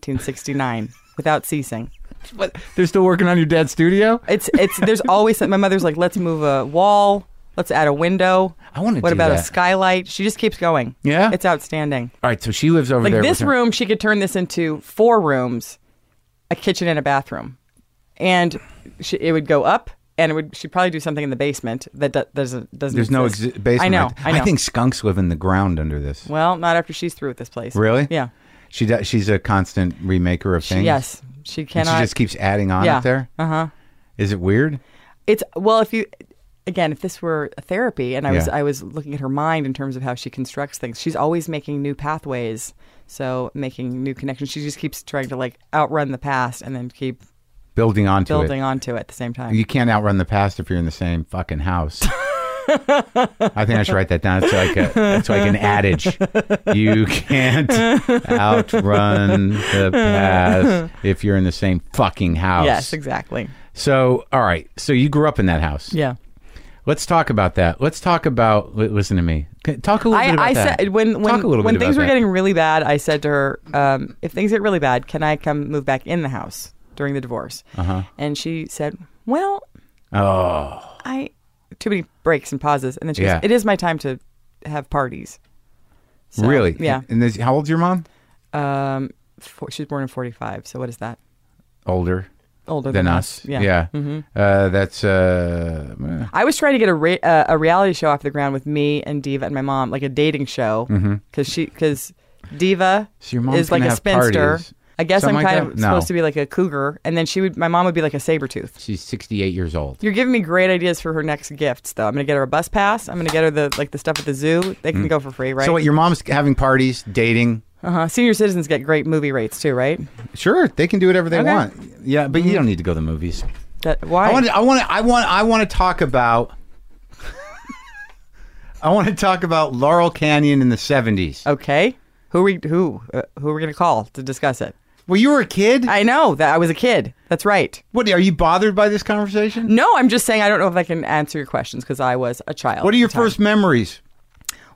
1969 without ceasing. But they're still working on your dad's studio. It's it's there's always my mother's like let's move a wall, let's add a window. I wanna What do about a that. skylight? She just keeps going. Yeah? it's outstanding. All right, so she lives over Like there. this with her- room, she could turn this into four rooms, a kitchen and a bathroom, and she, it would go up. And it would she'd probably do something in the basement that do, doesn't doesn't. There's no exist. exi- basement. I know. I know. think skunks live in the ground under this. Well, not after she's through with this place. Really? Yeah. She does, she's a constant remaker of She- things. yes. She And cannot. she just keeps adding on yeah. up there. Uh huh. Is it weird? It's well, if you again, if this were a therapy, and I was Yeah. I was looking at her mind in terms of how she constructs things. She's always making new pathways, so making new connections. She just keeps trying to like outrun the past and then keep building onto building it. onto it at the same time. You can't outrun the past if you're in the same fucking house. I think I should write that down. It's like a, it's like an adage. You can't outrun the past if you're in the same fucking house. yes, exactly. So, all right. So you grew up in that house. Yeah. Let's talk about that. Let's talk about. li- Listen to me. C- Talk a little bit I, about I that. said when when, talk a little when bit things about were that. getting really bad, I said to her, um, "If things get really bad, can I come move back in the house during the divorce?" Uh-huh. And she said, "Well, Oh, I too many breaks and pauses." And then she Yeah. goes, "It is my time to have parties." So, really? Yeah. And this, how old's your mom? Um, for, she was born in forty-five. So what is that? Older Older than than, us. Yeah. Mm-hmm. Uh, that's. Uh, eh. I was trying to get a re- uh, a reality show off the ground with me and Diva and my mom, like a dating show, because she because Diva Mm-hmm. So your mom's is like gonna a have spinster. parties. I guess Something I'm like kind that? of No. supposed to be like a cougar, and then she would. My mom would be like a saber tooth. she's 68 years old. You're giving me great ideas for her next gifts, though. I'm gonna get her a bus pass. I'm gonna get her the like the stuff at the zoo. They can go for free, right? Mm. So what? Your mom's having parties, dating. uh-huh. Senior citizens get great movie rates too, right? Sure, they can do whatever they Okay. Mm-hmm. want. Yeah, but you don't need to go to the movies. That why? I want. I want. I want. I want to talk about. I want to talk about Laurel Canyon in the 70s. okay, who we who uh, who are we gonna call to discuss it? Well, you were a kid. I know that I was a kid. That's right. What are you bothered by this conversation? No, I'm just saying I don't know if I can answer your questions because I was a child. What are at your the time. first memories?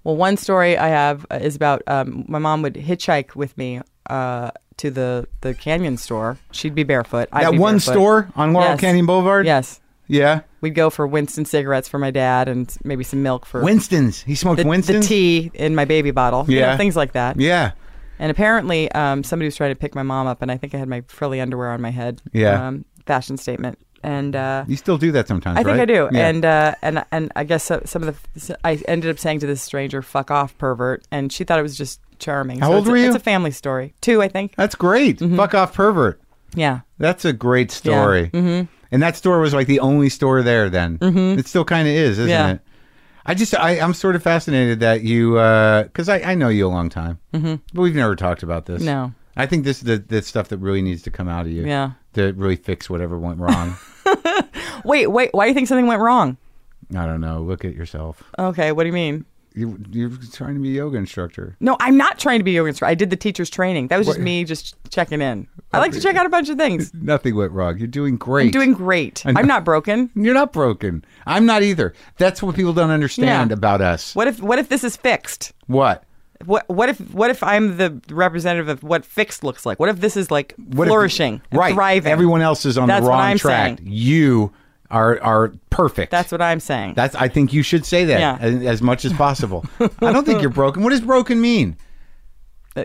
Well, one story I have uh, is about um, my mom would hitchhike with me uh, to the the canyon store. She'd be barefoot. I'd that be one barefoot. store on Laurel Yes. Canyon Boulevard. Yes, Yeah. we'd go for Winston cigarettes for my dad and maybe some milk for Winston's. He smoked the, the Winston's. tea in my baby bottle. you know, Yeah. things like that. Yeah. And apparently, um, somebody was trying to pick my mom up, and I think I had my frilly underwear on my head. Yeah. um, fashion statement. And uh, You still do that sometimes, I think right? I do, Yeah. and uh, and and I guess so- some of the I ended up saying to this stranger, "Fuck off, pervert," and she thought it was just charming. How so old it's a- were you? It's a family story, too. I think. that's great. Fuck off, pervert. Mm-hmm. Yeah, That's a great story. Mm-hmm. And that store was like the only store there then. Mm-hmm. It still kind of is, isn't Yeah. it? I just, I, I'm sort of fascinated that you, because I, I know you a long time, mm-hmm. but we've never talked about this. No. I think this is the, the stuff that really needs to come out of you. yeah. To really fix whatever went wrong. Wait, wait. Why do you think something went wrong? I don't know. Look at yourself. Okay, what do you mean? You, you're trying to be a yoga instructor. No, I'm not trying to be a yoga instructor. I did the teacher's training. That was just What- me just checking in. I like to check out a bunch of things. Nothing went wrong. You're doing great. I'm doing great. know. I'm not broken. You're not broken. I'm not either. That's what people don't understand Yeah. about us. What if what if this is fixed? What? What what if what if I'm the representative of what fixed looks like? What if this is like What if- flourishing, and right? thriving? Everyone else is on That's the what wrong I'm track. saying. You are are perfect. That's what I'm saying. That's. I think you should say that Yeah. as, as much as possible. I don't think you're broken. What does broken mean?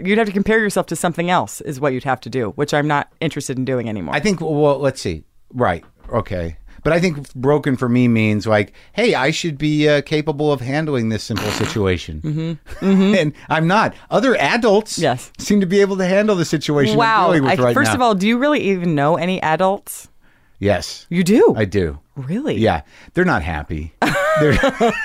You'd have to compare yourself to something else, is what you'd have to do, which I'm not interested in doing anymore. I think. Well, let's see. Right. Okay. But I think broken for me means like, hey, I should be uh, capable of handling this simple situation, and I'm not. Other adults, Mm-hmm. Yes. seem to be able to handle the situation. wow. I'm dealing with I- right first now. of all, do you really even know any adults? yes, You do. I do. really? Yeah, they're not happy. They're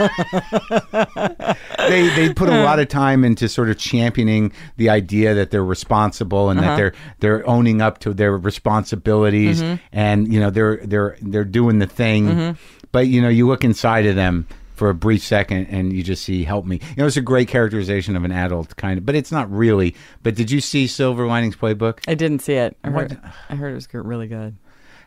they they put a lot of time into sort of championing the idea that they're responsible and that they're they're owning up to their responsibilities and you know they're they're they're doing the thing. But you know, you look inside of them for a brief second and you just see help me. You know, it's a great characterization of an adult kind of, but it's not really. But did you see Silver Linings Playbook? I didn't see it. I heard, I heard it was good, really good.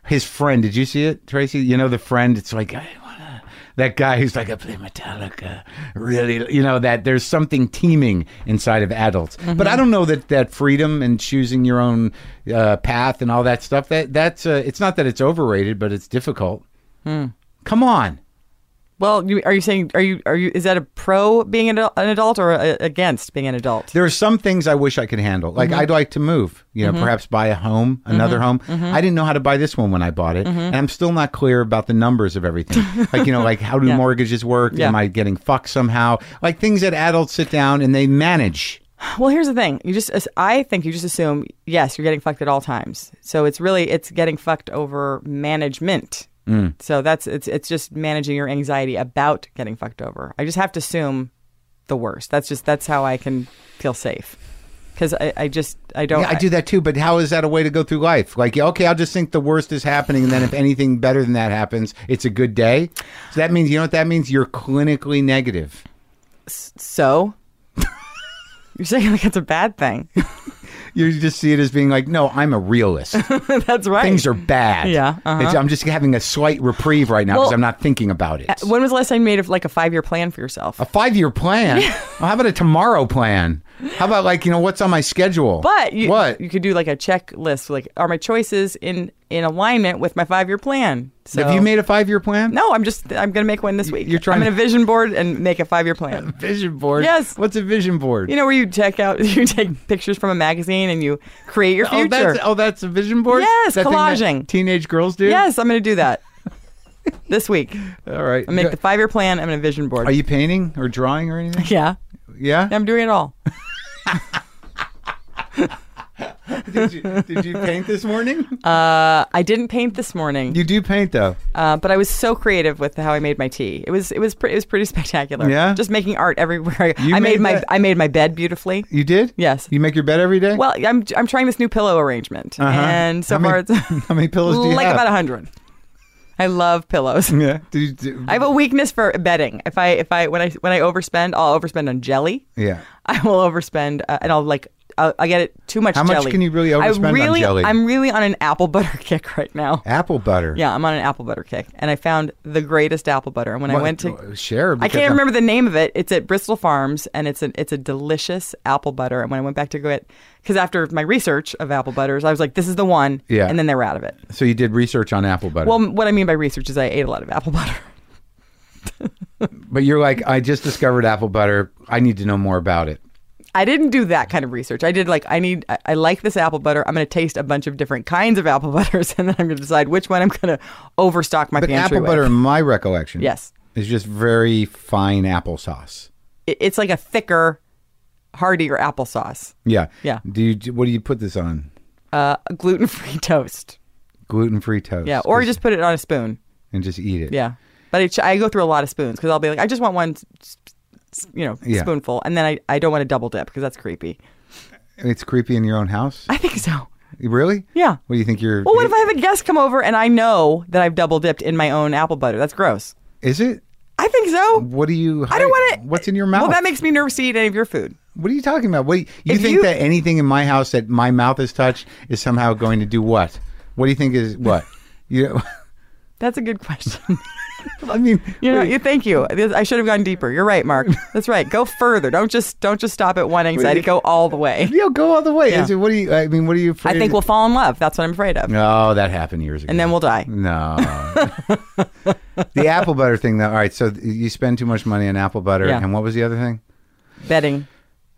his friend. Did you see it, Tracy? You know the friend. It's like I wanna that guy who's like I play Metallica. Really, you know that there's something teeming inside of adults. But I don't know that that freedom and choosing your own uh, path and all that stuff. That that's uh, it's not that it's overrated, but it's difficult. Come on. Well, you, are you saying are you are you is that a pro being an, adul- an adult or a, against being an adult? There are some things I wish I could handle. Like Mm-hmm. I'd like to move, you know, perhaps buy a home, another home. Mm-hmm. I didn't know how to buy this one when I bought it, and I'm still not clear about the numbers of everything. like you know, like how do Yeah. mortgages work? Yeah. Am I getting fucked somehow? Like things that adults sit down and they manage. Well, here's the thing. You just I think you just assume yes, you're getting fucked at all times. So it's really it's getting fucked over management Mm. So that's it's it's just managing your anxiety about getting fucked over. I just have to assume the worst. That's just that's how I can feel safe. Because I, I just Oh, I don't Yeah, I do that too, but how is that a way to go through life? Like, okay, I'll just think the worst is happening, and then if anything better than that happens, it's a good day. So that means, you know what that means? You're clinically negative. so. You're saying like it's a bad thing. You just see it as being like, no, I'm a realist. that's right. Things are bad. Yeah, uh-huh. It's- I'm just having a slight reprieve right now because Well, uh, I'm not thinking about it. When was the last time you made a, like a five year plan for yourself? a five year plan? Well, how about a tomorrow plan? How about, like, you know, what's on my schedule? But you, what? you could do like a checklist. Like, are my choices in in alignment with my five year plan? So Have you made a five year plan? No, I'm just I'm gonna make one this week. You're trying I'm to- gonna vision board and make a five year plan. Vision board. Yes. What's a vision board? You know where you check out, you take pictures from a magazine and you create your future. Oh, that's oh, that's a vision board. Yes, That thing that collaging. teenage girls do. yes, I'm gonna do that this week. All right. I make the five year plan. I'm gonna vision board. Are you painting or drawing or anything? yeah, Yeah. I'm doing it all. did, you, did you paint this morning? Uh, I didn't paint this morning, you do paint though. uh, but I was so creative with how I made my tea. It was it was pre- it was pretty spectacular. Yeah? just making art everywhere. You I made made, my that- I made my bed beautifully. You did? Yes. You make your bed every day? Well, I'm I'm trying this new pillow arrangement, Uh-huh. and so How many- far it's how many pillows do you like have? Mm. about a hundred. I love pillows. yeah. Do you, do, I have a weakness for bedding. If I if I when I when I overspend, I'll overspend on jelly. yeah. I will overspend, uh, and I'll like I'll, I get it too much. How much jelly. can you really I overspend on really, jelly? I'm really on an apple butter kick right now. Apple butter. Yeah, I'm on an apple butter kick, and I found the greatest apple butter. And when I What- went to share. I because can't I'm- remember the name of it. It's at Bristol Farms, and it's an it's a delicious apple butter. And when I went back to go it, because after my research of apple butters, I was like, this is the one. Yeah. And then they were out of it. So you did research on apple butter. Well, what I mean by research is I ate a lot of apple butter. but you're like, I just discovered apple butter. I need to know more about it. I didn't do that kind of research. I did like I need I, I like this apple butter. I'm going to taste a bunch of different kinds of apple butters, and then I'm going to decide which one I'm going to overstock my But pantry apple with. butter, in my recollection, Yes. is just very fine applesauce. It- it's like a thicker, heartier applesauce. Yeah. Yeah. Do you? do- What do you put this on? Uh, gluten free toast. Gluten free toast. Yeah, or 'cause- just put it on a spoon. and just eat it. Yeah, but it, I go through a lot of spoons because I'll be like, I just want one, s- s- you know, Yeah. spoonful, and then I, I don't want to double dip because that's creepy. It's creepy in your own house. I think so. Really? Yeah. What do you think you're? Well, what if I have a guest come over and I know that I've double dipped in my own apple butter? That's gross. Is it? I think so. What do you? I don't want to. What's in your mouth? Well, that makes me nervous to eat any of your food. what are you talking about? What do you, you If think you- that anything in my house that my mouth has touched is somehow going to do what? What do you think is what? you. That's a good question. I mean, you know, you, thank you. I should have gone deeper. You're right, Mark. That's right. Go further. Don't just don't just stop at one anxiety. Go all the way. you know, go all the way. Yeah. Is it, what do you? I mean, what are you? I Afraid think we'll fall in love. That's what I'm afraid of. No, that happened years ago. And then we'll die. No. the apple butter thing, though. All right, so you spend too much money on apple butter, Yeah. and what was the other thing? Bedding.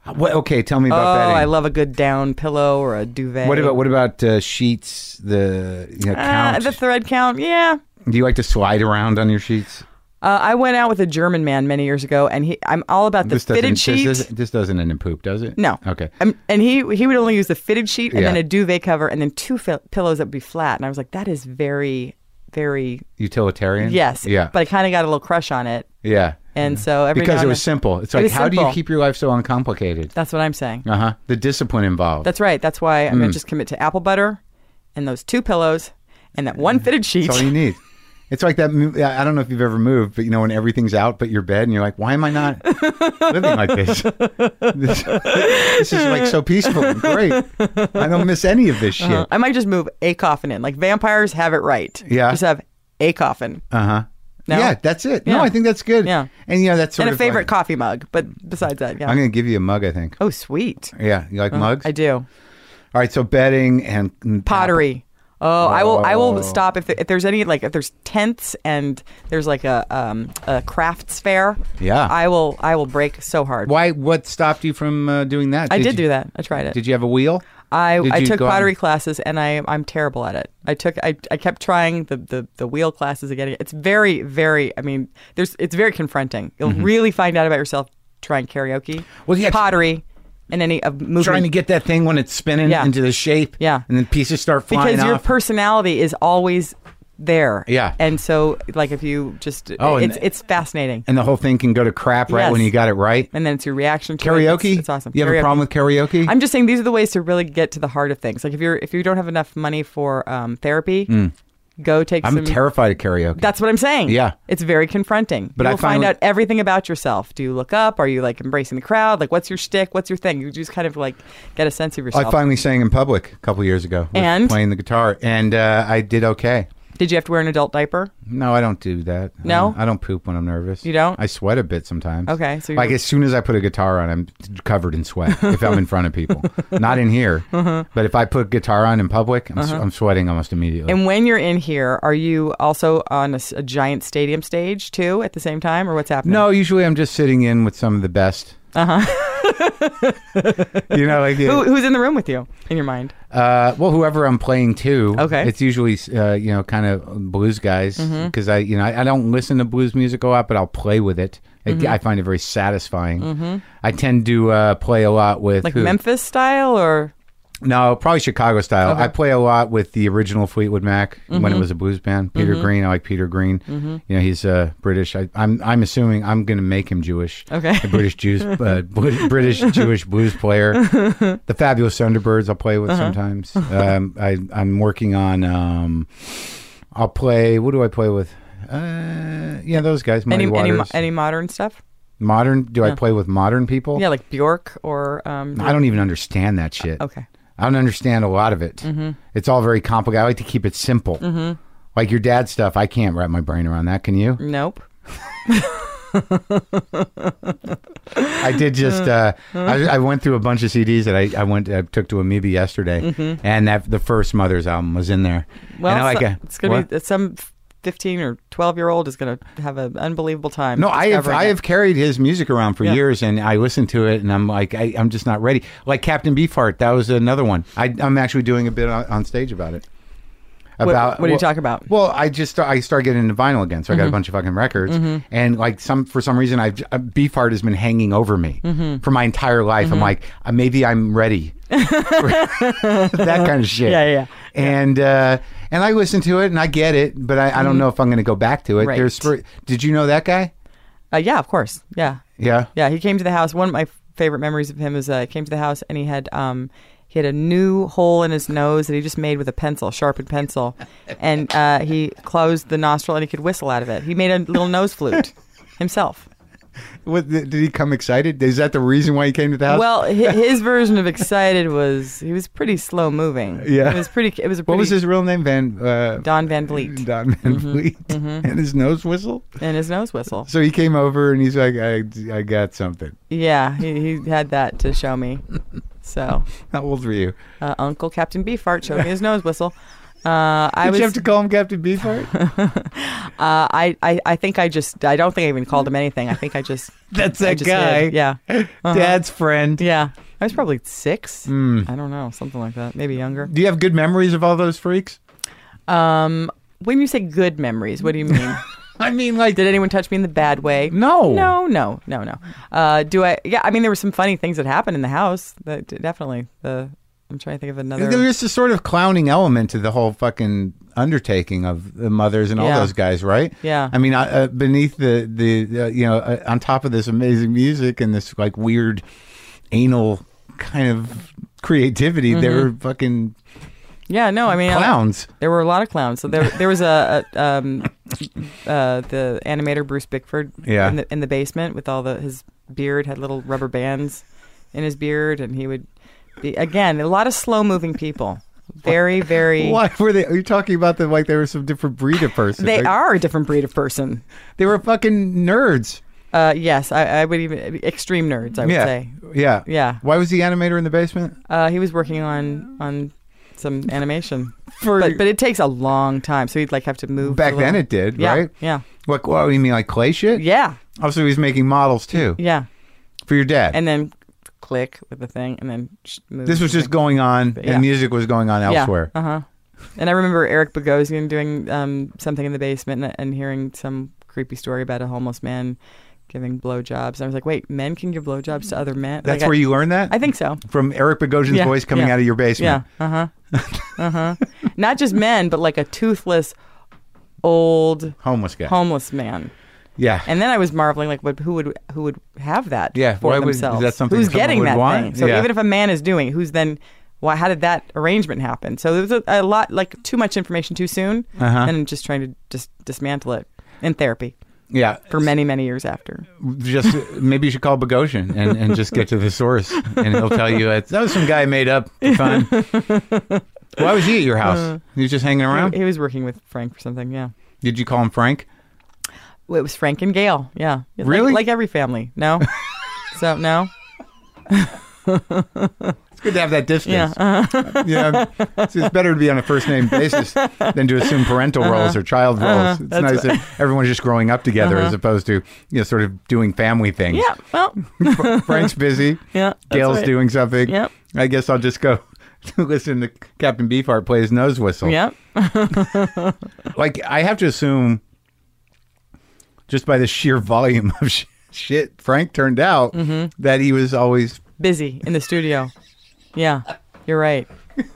Uh, What, okay, tell me Oh, about bedding. I love a good down pillow or a duvet. What about what about uh, sheets? The you know, Uh, count. the thread count, yeah. Do you like to slide around on your sheets? Uh, I went out with a German man many years ago, and he I'm all about the fitted doesn't. sheet. This, doesn't- this doesn't end in poop, does it? no, Okay. Um, and he he would only use the fitted sheet and Yeah. then a duvet cover and then two fi- pillows that would be flat. And I was like, that is very, very Utilitarian. yes. Yeah. But I kind of got a little crush on it, yeah. and so every now Because it and was then- simple. It's It like was how do you simple. keep your life so uncomplicated? That's what I'm saying. Uh huh. The discipline involved. That's right. That's why Mm. I'm gonna just commit to apple butter, and those two pillows, and that one fitted sheet. That's all you need. It's like that. mo- I don't know if you've ever moved, but you know when everything's out but your bed, and you're like, "Why am I not living like this? This, this is like so peaceful, and great. I don't miss any of this shit." Uh, I might just move a coffin in. Like vampires have it right. Yeah. Just have a coffin Uh huh. No? Yeah, that's it. No, Yeah. I think that's good. Yeah. And you know that's sort and a of favorite like- coffee mug. But besides that, yeah. I'm going to give you a mug. I think. oh, sweet. Yeah, you like mugs? Oh, I do. All right, so bedding and and Pottery. Oh, I will. I Oh. will stop if, if there's any like if there's tents and there's like a um a crafts fair. Yeah. I will. I will break so hard. apple- Why? What stopped you from uh, doing that? I did you- do that. I tried it. Did you have a wheel? I, Did I you took go out pottery and- classes and I I'm terrible at it. I took I, I kept trying the, the the wheel classes again. It's very very I mean there's it's very confronting. You'll really find out about yourself trying karaoke, Mm-hmm. Well, yeah, pottery, and any of movement Trying to get that thing when it's spinning Yeah. into the shape. Yeah. And then pieces start flying because your off. personality is always there. Yeah. And so, like, if you just, Oh, and- it's, it's fascinating. and the whole thing can go to crap right Yes. when you got it right. And then it's your reaction to it. It's- Karaoke? It's, awesome. You have a Karaoke. problem with karaoke? I'm just saying these are the ways to really get to the heart of things. Like if you're if you don't have enough money for um, therapy, go take Mm. I'm some. terrified of karaoke. That's what I'm saying. Yeah. it's very confronting. But But I You'll find finally- out everything about yourself. Do you look up? Are you like embracing the crowd? Like what's your shtick? What's your thing? You just kind of like get a sense of yourself. I finally sang in public a couple years ago. with And? playing the guitar, and uh, I did okay. Did you have to wear an adult diaper? No, I don't do that. I No? don't- I don't poop when I'm nervous. You don't? I sweat a bit sometimes. Okay, so you're- like as soon as I put a guitar on, I'm covered in sweat. if I'm in front of people, not in here, Uh-huh. but if I put guitar on in public, I'm, s am sweating almost immediately. And when you're in here, are you also on a, s- a giant stadium stage too at the same time, or what's happening? no, usually I'm just sitting in with some of the best. Uh huh. you know, like the- Uh-huh. Who, who's in the room with you in your mind? Uh, well, whoever I'm playing to, Okay. Mm-hmm. it's usually uh, you know kind of blues guys because I you know I, I don't listen to blues music a lot, but I'll play with it. I- Mm-hmm. I find it very satisfying. I tend to uh, play a lot with Like who? Memphis style, or No, probably Chicago style. I play a lot with the original Fleetwood Mac when Mm-hmm. it was a blues band. Peter Green, I like Peter Green. You know, he's uh, British. I, I'm I'm assuming I'm going to make him Jewish. Okay. a British Jews, uh, Blu- British Jewish blues player. The Fabulous Thunderbirds, I'll play with Uh-huh. sometimes. Um, I I'm working on. Um, I'll play. What do I play with? Uh, yeah, those guys. Muddy any, any mo- Waters. any modern stuff? modern? Do I play with modern people? Yeah, like Bjork or um, I don't even understand that shit. Uh, Okay. Mm-hmm. I don't understand a lot of it. It's all very complicated. I like to keep it simple. Like your dad's stuff, I can't wrap my brain around that. Can you? Nope. I did just. Uh, I, I went through a bunch of CDs that I, I went I took to Amoeba yesterday, and that the first Mother's album was in there. Mm-hmm. Well, and I so- uh, it's gonna what? be some fifteen or twelve year old is gonna have an unbelievable time. No, I have discovering I it. have carried his music around for Yeah. years, and I listen to it, and I'm like, I, I'm just not ready. Like Captain Beefheart, that was another one. I, I'm actually doing a bit on, on stage about it. About what do you well- talk about? Mm-hmm. Well, I just I started getting into vinyl again, so I got a bunch of fucking records, and like some for some reason I've uh, Beefheart has been hanging over me Mm-hmm. for my entire life. I'm like, uh, maybe I'm ready. that kind of shit. Yeah, yeah, yeah. And uh, and I listen to it and I get it, but I, I don't know if I'm going to go back to it. Mm-hmm. Right. There's spir- did you know that guy? Uh, yeah, of course. Yeah, Yeah. yeah. He came to the house. One of my favorite memories of him is uh, he came to the house and he had um he had a new hole in his nose that he just made with a pencil, sharpened pencil, and uh, he closed the nostril and he could whistle out of it. He made a little nose flute himself. What, th- did he come excited? Is that the reason why he came to the house? Well, hi- his version of excited was he was pretty slow moving. Yeah. it was pretty. It was a pretty what was his real name? Van uh, Don Mm-hmm. Van Vliet Don Van Vliet and his nose whistle. and his nose whistle. So he came over and he's like, I, I got something. Yeah, he, he had that to show me. So, How old were you? uh, Uncle Captain Beefheart showed me his nose whistle. Uh, I Did was, you have to call him Captain Beefheart? uh, I, I, I think I just, I don't think I even called him anything. I think I just, That's I that just guy. did. Yeah, Uh-huh. Dad's friend. yeah. I was probably six. Hmm. I don't know, something like that, maybe younger. Do you have good memories of all those freaks? Um, when you say good memories, what do you mean? I mean, like, Did anyone touch me in the bad way? No. no, no, no, no. Uh, do I? Yeah, I mean, there were some funny things that happened in the house. That definitely the. I'm trying to think of another. there's this sort of clowning element to the whole fucking undertaking of the mothers and all Yeah. those guys, right? Yeah. I mean, I- uh, beneath the the uh, you know, uh, on top of this amazing music and this like weird anal kind of creativity, they were fucking Mm-hmm. Yeah, no, I mean, I- clowns. there were a lot of clowns. So there, there was a, a um, uh, the animator Bruce Bickford, Yeah. in the in the basement with all the his beard had little rubber bands in his beard, and he would be again a lot of slow moving people. Very, very. Why were they? Are you talking about them like they were some different breed of person? They Like, are a different breed of person. They were fucking nerds. Uh, yes, I, I would even extreme nerds. I would yeah. say. Yeah. Yeah. Why was the animator in the basement? Uh, he was working on on some animation, For but but it takes a long time. So he'd like have to move back a then, little- it did, yeah, right? Yeah, What? What do you mean, like clay shit? yeah, Also, he was making models too yeah. for your dad. And then click with the thing, and then sh- move. this was just going on, Yeah. and music was going on yeah. elsewhere. Uh huh. And I remember Eric Bogosian doing um, something in the basement and, and hearing some creepy story about a homeless man giving blowjobs. And I was like, wait, men can give blowjobs to other men? That's Like, where I, you learned that I think so. from Eric Bogosian's Yeah, voice coming yeah, uh-huh. out of your basement. Yeah. Uh huh. Uh huh. Not just men, but like a toothless, old Homeless guy. homeless man. yeah. And then I was marveling, like, what, who would who would have that? Yeah, for why would- is themselves. that something who's someone getting would that want? thing? So Yeah. even if a man is doing, it, who's then? Why? How did that arrangement happen? So there was a, a lot, like too much information too soon, Uh-huh. and just trying to just dismantle it in therapy yeah. for many many years after. just maybe you should call Bogosian and, and just get to the source, and he'll tell you it's, that was some guy made up. to Fun. Why was he at your house? he was just hanging around. Uh, He was working with Frank for something. Yeah, Did you call him Frank? Well, it was Frank and Gail. Yeah, Like- Really? Like, every family. No, so no. It's good to have that Yeah, uh-huh. distance. Yeah, it's, it's better to be on a first name basis than to assume parental roles or child roles. Uh-huh. It's That's Uh-huh. nice that everyone's just growing up together as opposed to you know sort of doing family things. yeah. Well, Frank's busy. Yeah, that's Gail's right. doing something. Yep. I guess I'll just go listen to Captain Beefheart play his nose whistle. yeah. like I have to assume, just by the sheer volume of sh- shit Frank turned out, Mm-hmm. that he was always busy in the studio. Yeah, you're right.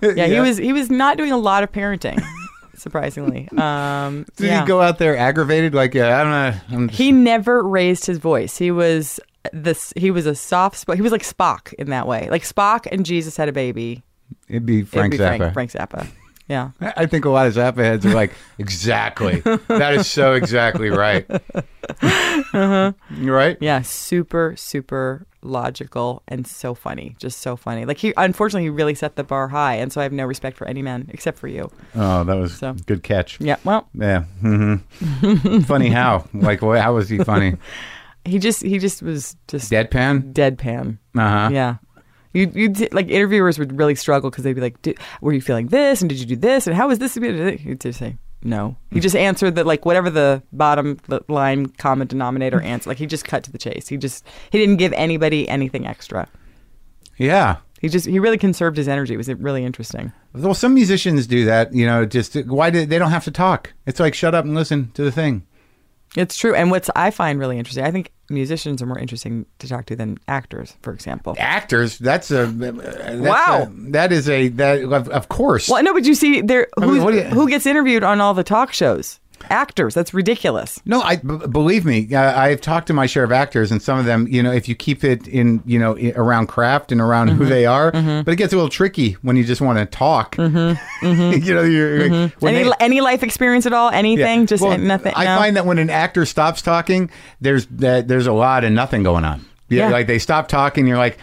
Yeah, he Yeah. was he was not doing a lot of parenting, surprisingly. Um, did yeah. he go out there aggravated? Like uh, I'm not. I'm just, He never raised his voice. He was this. He was a soft. Sp- he was like Spock in that way. Like Spock and Jesus had a baby. it'd be Frank It'd be Zappa. Frank, Frank Zappa. Yeah. I I think a lot of Zappa heads are like, exactly. That is so exactly right. You're right. Uh-huh. Yeah, super, super logical and so funny. Just so funny. Like he unfortunately he really set the bar high and so I have no respect for any man except for you. Oh, that was So. good catch. Yeah. Well, Yeah. hmm funny how? Like, wh- how was he funny? he just he just was just Deadpan. deadpan. Uh huh. Yeah. You you like interviewers would really struggle because they'd be like, "Di- "Were you feeling this? And did you do this? And how was this?" He'd just say, "No." He just answered that like whatever the bottom li- line common denominator answer. Like he just cut to the chase. He just he didn't give anybody anything extra. Yeah. He just he really conserved his energy. It was really interesting. Well, some musicians do that. You know, just why do they don't have to talk? It's like shut up and listen to the thing. It's true. And what's I find really interesting, I think musicians are more interesting to talk to than actors, for example. Actors, that's a uh, that's Wow. A, that is a that of, of course. Well, no, but you see, there mean, who's- what do you- who gets interviewed on all the talk shows? Actors. That's ridiculous. No, I b- believe me. uh, I've talked to my share of actors, and some of them, you know, if you keep it in, you know, i- around craft and around who they are, but it gets a little tricky when you just want to talk. you know, you're like, when any, they- any life experience at all? yeah. Anything? Just Well, nothing. I no? find that when an actor stops talking, there's that there's a lot of nothing going on. Yeah, Yeah. like they stop talking, you're like.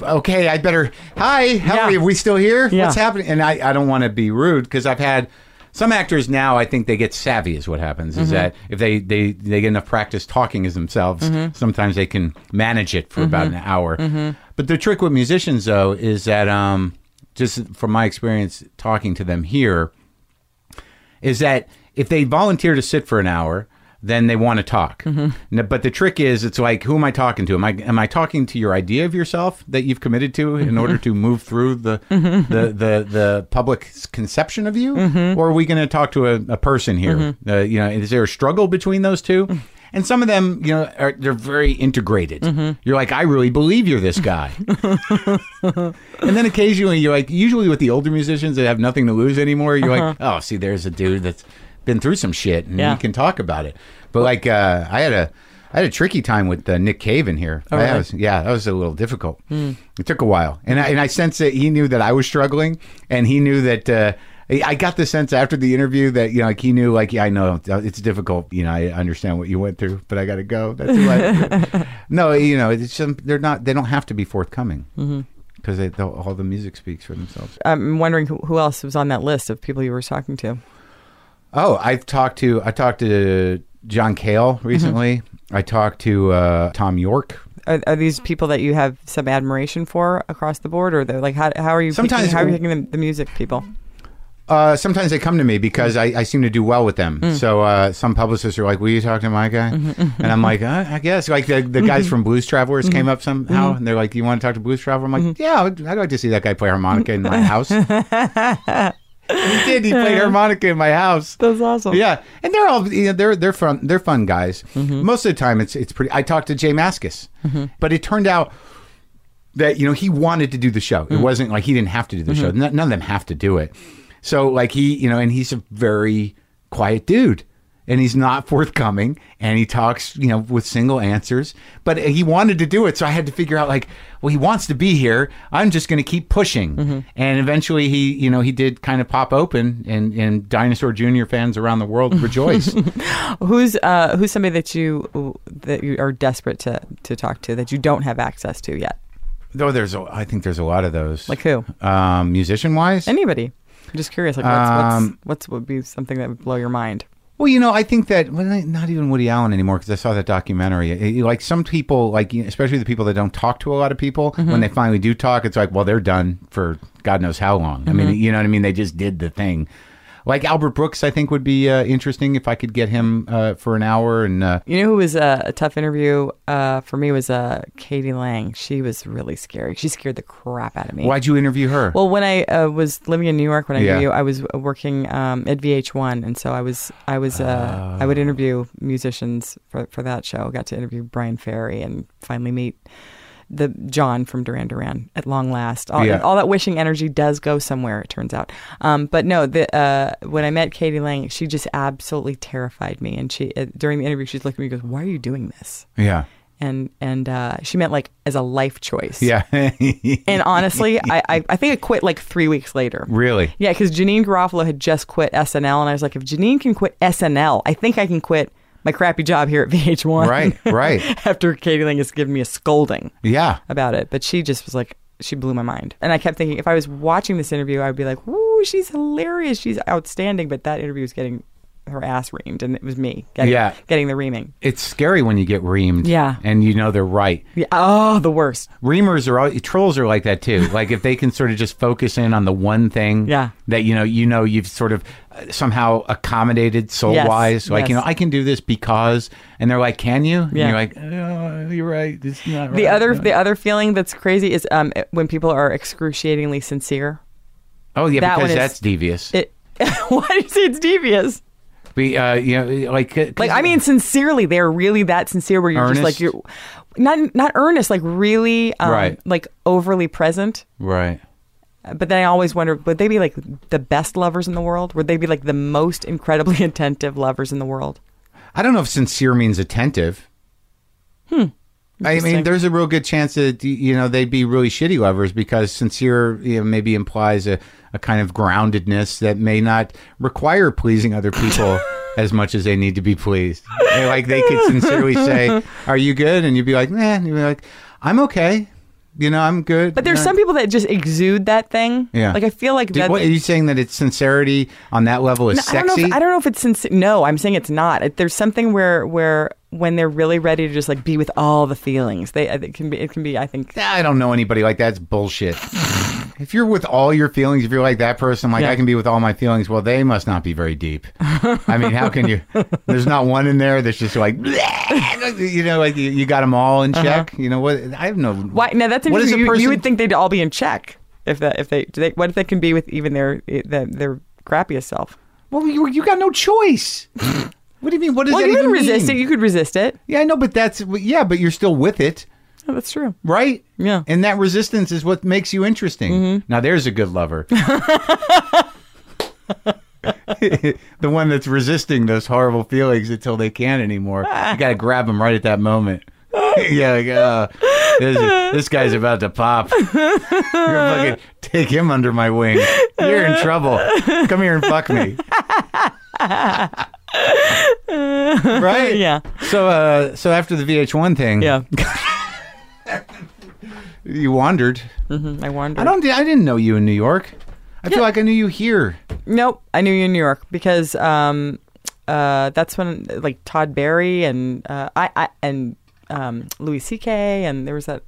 Okay, I better. Hi, how Yeah. are you? we still here? Yeah. What's happening? And I, I don't want to be rude because I've had some actors now. I think they get savvy. Is what happens Mm-hmm. is that if they they they get enough practice talking as themselves, Mm-hmm. sometimes they can manage it for about an hour. But the trick with musicians though is that um, just from my experience talking to them here, is that if they volunteer to sit for an hour, then they want to talk. No, but the trick is, it's like, who am I talking to? Am I am I talking to your idea of yourself that you've committed to in order to move through the the, the the public's conception of you, or are we going to talk to a, a person here? Uh, you know, is there a struggle between those two? And some of them, you know, are, they're very integrated. You're like, I really believe you're this guy. And then occasionally you're like, usually with the older musicians that have nothing to lose anymore, you're like, oh, see, there's a dude that's been through some shit and Uh-huh. Yeah. he can talk about it. But like, uh, I had a, I had a tricky time with uh, Nick Cave in here. I Oh, really? Hmm. was- yeah, that was a little difficult. It took a while, and I, and I sense that he knew that I was struggling, and he knew that. Uh, I I got the sense after the interview that you know, like he knew, like, yeah, I know it's difficult. You know, I understand what you went through, but I got to go. That's why. no, you know, it's some, they're not. They don't have to be forthcoming because mm all the music speaks for themselves. I'm wondering who, who else was on that list of people you were talking to. Oh, I've talked to I talked to John Cale recently. I talked to uh, Tom York. Are, are these people that you have some admiration for across the board, or they're like, how, how are you? Sometimes- picking, how are you picking the, the music people? Uh, sometimes they come to me because I, I seem to do well with them. So uh, some publicists are like, "Will you talk to my guy?" And I'm like, uh, "I guess." Like the, the guys from Blues Travelers came up somehow, and they're like, "You want to talk to Blues Traveler?" I'm like, "Yeah, I'd, I'd like to see that guy play harmonica in my house." he did. He played harmonica in my house. That's awesome. Yeah, and they're all you know, they're they're fun they're fun guys. Most of the time, it's it's pretty. I talked to Jay Maskus, but it turned out that you know he wanted to do the show. Mm-hmm. It wasn't like he didn't have to do the show. None, none of them have to do it. So like he you know, and he's a very quiet dude. and he's not forthcoming and he talks, you know, with single answers. But he wanted to do it, so I had to figure out like, well, he wants to be here. I'm just going to keep pushing. Mm-hmm. And eventually he, you know, he did kind of pop open and and Dinosaur Jr. fans around the world rejoice. Who's uh, who's somebody that you that you are desperate to to talk to that you don't have access to yet? Though there's a, I think there's a lot of those. Like who? Um, musician wise? Anybody? I'm just curious. Like, what's, Um, what's what's would be something that would blow your mind? Well, you know, I think that well, not not even Woody Allen anymore because I saw that documentary. It- it- like some people, like you know, especially the people that don't talk to a lot of people, Mm-hmm. when they finally do talk, it's like, well, they're done for God knows how long. I Mm-hmm. mean, you know what I mean? They just did the thing. Like Albert Brooks, I think would be uh, interesting if I could get him uh, for an hour. And uh, You know who was uh, a tough interview uh, for me was uh, Katie Lang. She was really scary. She scared the crap out of me. why'd you interview her? Well, when I uh, was living in New York, when I Yeah. knew you, I was working um, at VH1, and so I was, I was, uh, I Ah. would interview musicians for for that show. got to interview Brian Ferry and finally meet the John from Duran Duran at long last. All, Yeah. all that wishing energy does go somewhere, it turns out. Um, but no, the uh, when I met Katie Lang, she just absolutely terrified me, and she uh, during the interview, she's looking at me, and goes, "Why are you doing this?" yeah, And and uh, she meant like as a life choice. yeah, And honestly, I, I, I think I quit like three weeks later. really. Yeah, because Janine Garofalo had just quit SNL, and I was like, if Janine can quit SNL, I think I can quit my crappy job here at VH1. Right, right. After Katie Lang has given me a scolding Yeah, about it, but she just was like, she blew my mind, and I kept thinking if I was watching this interview, I'd be like, "Ooh, she's hilarious, she's outstanding," but that interview was getting her ass reamed, and it was me getting, Yeah. getting the reaming. it's scary when you get reamed. Yeah. and you know they're right. Yeah, oh, the worst. Reamers are all trolls are like that too. Like if they can sort of just focus in on the one thing Yeah. that you know you know you've sort of uh, somehow accommodated soul wise. Yes, Like you know yes. I can do this because, and they're like, can you? And Yeah. you're like, oh, you're right. It's not The right. other the other feeling that's crazy is um, when people are excruciatingly sincere. oh yeah, that because one is- that's devious. It, why do you say it's devious? Be, uh, you know, like uh, 'cause- Like I mean, sincerely, they're really that sincere where you're Earnest? just like you're not not earnest, like really, um, Right. like overly present. right. But then I always wonder, would they be like the best lovers in the world? Would they be like the most incredibly attentive lovers in the world? I don't know if sincere means attentive. Hmm. I mean, Interesting. there's a real good chance that you know they'd be really shitty lovers because sincere you know, maybe implies a, a kind of groundedness that may not require pleasing other people as much as they need to be pleased. And, like they could sincerely say, "Are you good?" and you'd be like, "Nah," and you'd be like, "I'm okay." You know, I'm good. But there's Nah. some people that just exude that thing. Yeah. Like I feel like Do- that. what, are you saying that it's sincerity on that level is No, sexy? I don't know. If, I don't know if it's sincere. No, I'm saying it's not. It- There's something where where when they're really ready to just like be with all the feelings, they it can be. It can be. I think "Nah, I don't know anybody like that. It's bullshit. if you're with all your feelings, if you're like that person, like Yeah. I can be with all my feelings, well, they must not be very deep. I mean, how can you? There's not one in there that's just like, "Bleh," you know, like you, you got them all in check. You know what? I have no. Uh-huh. Why? Now that's interesting. What is a you, person? you would think they'd all be in check if that if they, do they what if they can be with even their their, their crappiest self. well, you, you got no choice. what do you mean? What does Well, that you even can resist mean? it. You could resist it. yeah, I know, but that's yeah, but you're still with it. Oh, that's true. right? Yeah. Mm-hmm. And that resistance is what makes you interesting. Now there's a good lover. the one that's resisting those horrible feelings until they can't anymore. You got to grab them right at that moment. yeah, like, uh, this, this guy's about to pop. You're fucking take him under my wing. You're in trouble. Come here and fuck me. right? Yeah. So, uh, so after the VH1 thing, Yeah. you wandered. Mhm. I wonder. I don't. I didn't know you in New York. I feel like I knew you here. Nope. I knew you in New York because um, uh, that's when like Todd Barry and uh, I, I and um, Louis C.K. and there was that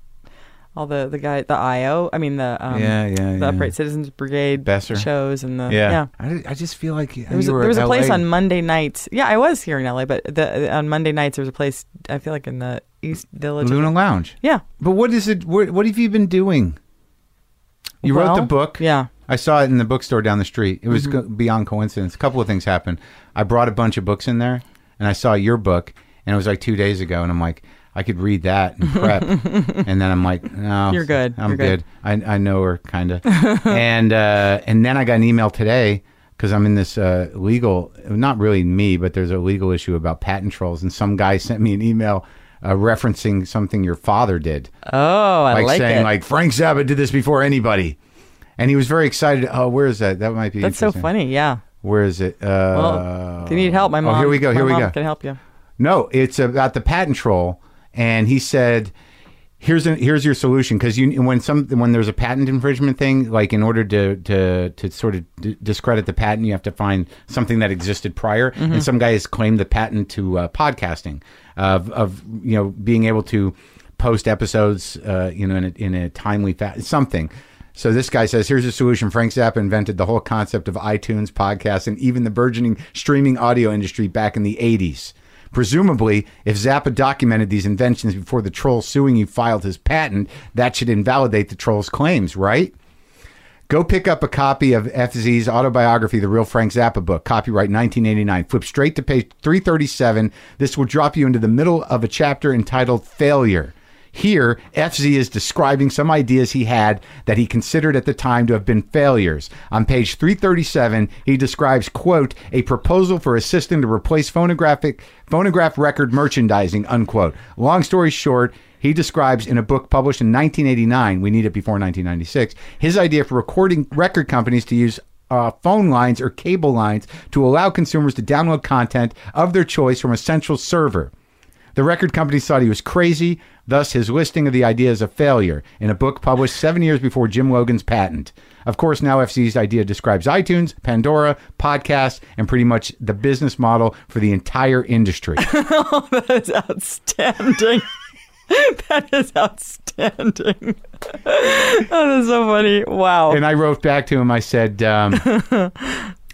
all the the guy the I.O. I mean the um, Yeah, yeah, the yeah. Upright Citizens Brigade Besser. shows and the I, di- I just feel like There was, a, there was a place on Monday nights. Yeah, I was here in LA, but the, on Monday nights there was a place. I feel like in the East Village. Luna Lounge. Yeah, But what is it? What, what have you been doing? You wrote the Well, book. yeah. I saw it in the bookstore down the street. It was Mm-hmm. co- beyond coincidence. A couple of things happened. I brought a bunch of books in there, and I saw your book, and it was like two days ago, and I'm like, I could read that and prep, and then I'm like, no, You're good. I'm You're good. I, I know her kind of, and uh, and then I got an email today because I'm in this uh, legal, not really me, but there's a legal issue about patent trolls, and some guy sent me an email uh, referencing something your father did, Oh, I like, like, saying it. like Frank Zappa did this before anybody, and he was very excited. Oh, where is that? That might be. That's so interesting. funny. Yeah. Where is it? Uh, Well, if you need help, my mom. Oh, here we go. my Here we mom go. Can help you. No, it's about the patent troll, and he said, "Here's a, here's your solution." Because you when some when there's a patent infringement thing, like in order to to to sort of d- discredit the patent, you have to find something that existed prior. And some guy has claimed the patent to uh, podcasting of of you know being able to post episodes, uh, you know, in a, in a timely fashion, something. So this guy says, here's a solution. Frank Zappa invented the whole concept of iTunes, podcasts, and even the burgeoning streaming audio industry back in the 80s. Presumably, if Zappa documented these inventions before the troll suing you filed his patent, that should invalidate the troll's claims, right? Go pick up a copy of FZ's autobiography, The Real Frank Zappa Book, copyright 1989. Flip straight to page 337. This will drop you into the middle of a chapter entitled Failure. Here, FZ is describing some ideas he had that he considered at the time to have been failures. On page 337, he describes, quote, a proposal for a system to replace phonographic phonograph record merchandising, unquote. Long story short, he describes in a book published in 1989, we need it before 1996, his idea for recording record companies to use uh, phone lines or cable lines to allow consumers to download content of their choice from a central server. The record companies thought he was crazy, thus, his listing of the idea is a failure in a book published seven years before Jim Logan's patent. Of course, now FC's idea describes iTunes, Pandora, podcasts, and pretty much the business model for the entire industry. That is outstanding. that is outstanding. that is so funny. Wow. and I wrote back to him. I said, um,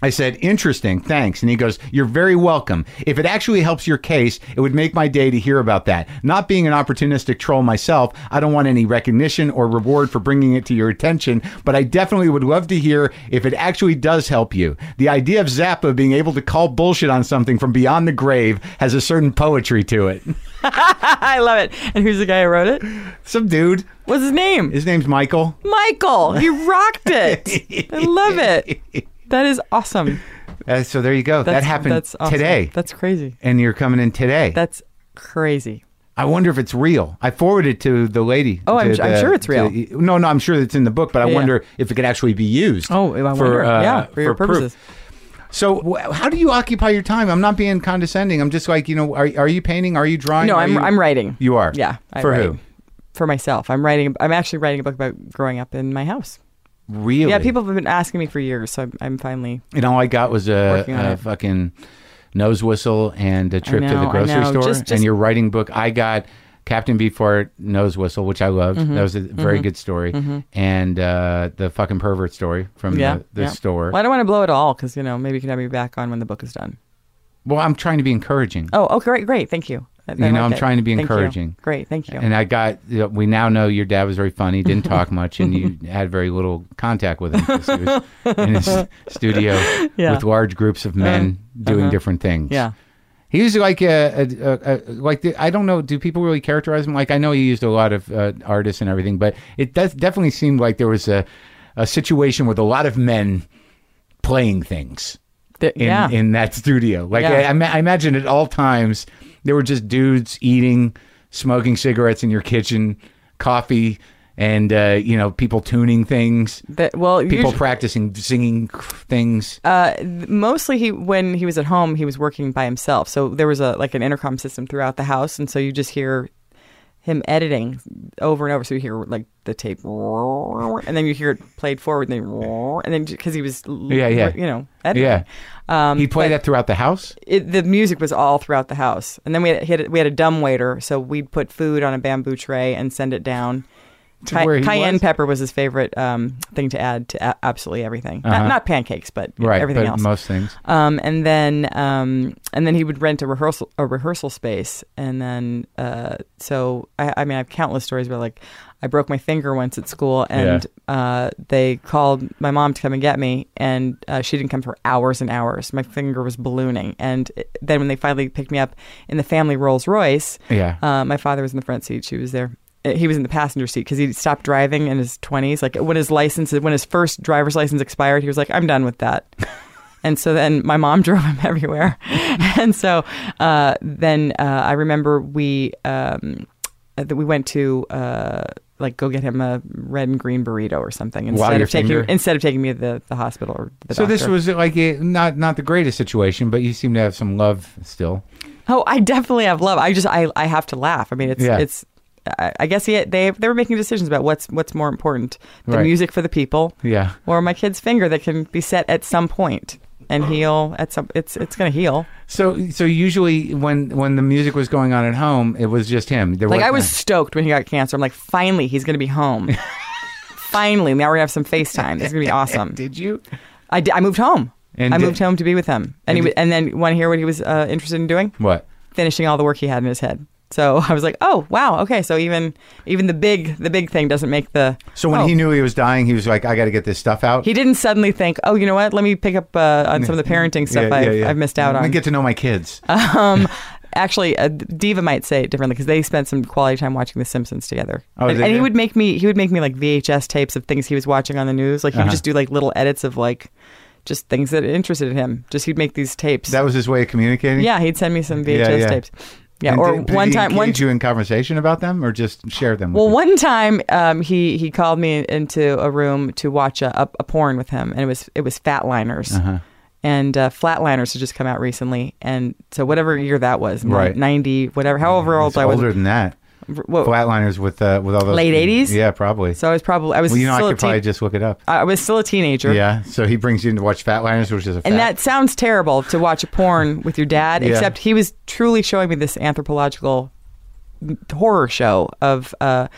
I said, interesting, thanks. And he goes, You're very welcome. If it actually helps your case, it would make my day to hear about that. Not being an opportunistic troll myself, I don't want any recognition or reward for bringing it to your attention, but I definitely would love to hear if it actually does help you. The idea of Zappa being able to call bullshit on something from beyond the grave has a certain poetry to it. I love it. And who's the guy who wrote it? Some dude, What's his name? his name's Michael. Michael. He rocked it. I love it. That is awesome. Uh, so there you go. that That's- happened that's awesome. today. That's crazy. and you're coming in today. That's crazy. I wonder if it's real. I forwarded to the lady. Oh, I'm to su- I'm the- sure it's real. to- no, no, I'm sure it's in the book, but I Yeah. wonder if it could actually be used. Oh, I for, wonder. uh, yeah, for your proof. purposes. So, wh- how do you occupy your time? I'm not being condescending. I'm just like, you know, are, are you painting? Are you drawing? No, Are I'm you- I'm writing. You are. Yeah. I For write. who? For myself. I'm writing. I'm actually writing a book about growing up in my house. Really? Yeah, people have been asking me for years, so I'm, I'm finally. And all I got was a, Working on a it. fucking nose whistle and a trip to know, the I grocery know. store Just- and just- your writing book. I got Captain Beefheart nose whistle, which I loved. Mm-hmm. That was a very good story. And uh, the fucking pervert story from Yeah. the, the yeah. store. Well, I don't want to blow it all because you know maybe you can have me back on when the book is done. Well, I'm trying to be encouraging. Oh, oh, great, great, thank you. I- I You know, I'm that. trying to be Thank you. encouraging. Great, thank you. And I got, you know, we now know your dad was very funny, didn't talk much, and you had very little contact with him. 'cause He was in his studio Yeah. Uh-huh. with large groups of men doing different things. yeah, He was like a, a, a, a like the, I don't know. Do people really characterize him? Like I know he used a lot of uh, artists and everything, but it does definitely seemed like there was a a situation with a lot of men playing things Th- in yeah. in that studio. Like Yeah. I, I, ma- I imagine at all times there were just dudes eating, smoking cigarettes in your kitchen, coffee, and uh, you know people tuning things, That- well, people usu- practicing singing things. uh, th- mostly he when he was at home, he was working by himself. So there was a like an intercom system throughout the house, and so you just hear him editing over and over. So you hear like the tape, and then you hear it played forward, and then and then because he was Yeah, yeah. you know editing. yeah, Um, he played but- that throughout the house. it, the music was all throughout the house, and then we had, he had we had a dumb waiter, so we'd put food on a bamboo tray and send it down. To where he cayenne was? pepper was his favorite um, thing to add to a- absolutely everything. Not, not pancakes, but Uh-huh. Right, everything but else. most things. um, and then um, and then he would rent a rehearsal a rehearsal space, and then uh, so I, I mean I have countless stories where like I broke my finger once at school, and uh, they called my mom to come and get me, and uh, she didn't come for hours and hours. My finger was ballooning, and it- then when they finally picked me up in the family Rolls Royce, Yeah. uh, my father was in the front seat. She was there. Uh, He was in the passenger seat because he stopped driving in his twenties. Like when his license, when his first driver's license expired, he was like, "I'm done with that," And so then my mom drove him everywhere. and so uh, then uh, I remember we um, that we went to uh, like go get him a red and green burrito or something instead you're of taking finger- instead of taking me to the, the hospital or the So this doctor. was like a, not not the greatest situation, but you seem to have some love still. Oh, I definitely have love. I just I, I have to laugh. I mean, it's Yeah. it's. I I guess he, they they were making decisions about what's what's more important: the Right. music for the people, Yeah. or my kid's finger that can be set at some point and heal at some. It's it's gonna heal. So so usually when when the music was going on at home, it was just him. There Like I was wasn't- stoked when he got cancer. I'm like, finally, he's gonna be home. finally, now we're gonna have some FaceTime. This is gonna be awesome. Did you? I, did, I moved home. And I did- moved home to be with him, and, he was, and then want to hear what he was uh, interested in doing? What? finishing all the work he had in his head. So I was like, oh wow, okay. So even even the big the big thing doesn't make the. So when oh. he knew he was dying, he was like, "I got to get this stuff out." He didn't suddenly think, oh, you know what? Let me pick up uh, on some of the parenting stuff I've, I've missed out Let me on. get to know my kids. um, actually, uh, Diva might say it differently because they spent some quality time watching The Simpsons together. Oh, and, they and he did? would make me he would make me like VHS tapes of things he was watching on the news. Like he Uh-huh. would just do like little edits of like just things that interested him. Just he'd make these tapes. that was his way of communicating. yeah, he'd send me some VHS yeah. tapes. Yeah, And or did, did one he time one engage you in conversation about them, or just share them. Well, with one time um, he he called me into a room to watch a, a, a porn with him, and it was it was Fatliners, Uh-huh. and uh, Flatliners had just come out recently, and so whatever year that was, ni- Right. ninety whatever, however you? old It's I was, older than that. r- what- Flatliners with uh, with all those Late 80s? Yeah, probably. so I was probably I was well, you know, I still a could probably teen- just look it up. I was still a teenager, Yeah. So he brings you in to watch Fatliners, which is a fat. And that sounds terrible to watch a porn with your dad, Yeah. except he was truly showing me this anthropological m- horror show of uh,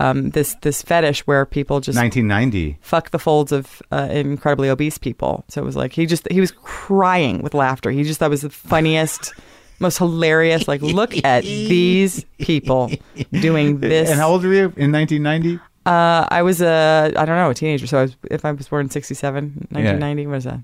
um, this this fetish where people just 1990. fuck the folds of uh, incredibly obese people. So it was like he just he was crying with laughter. He just thought it was the funniest, most hilarious. Like, look at these people doing this. And how old were you in 1990? Uh, I was a I don't know a teenager. So I was if I was born in 67, 1990, What is that?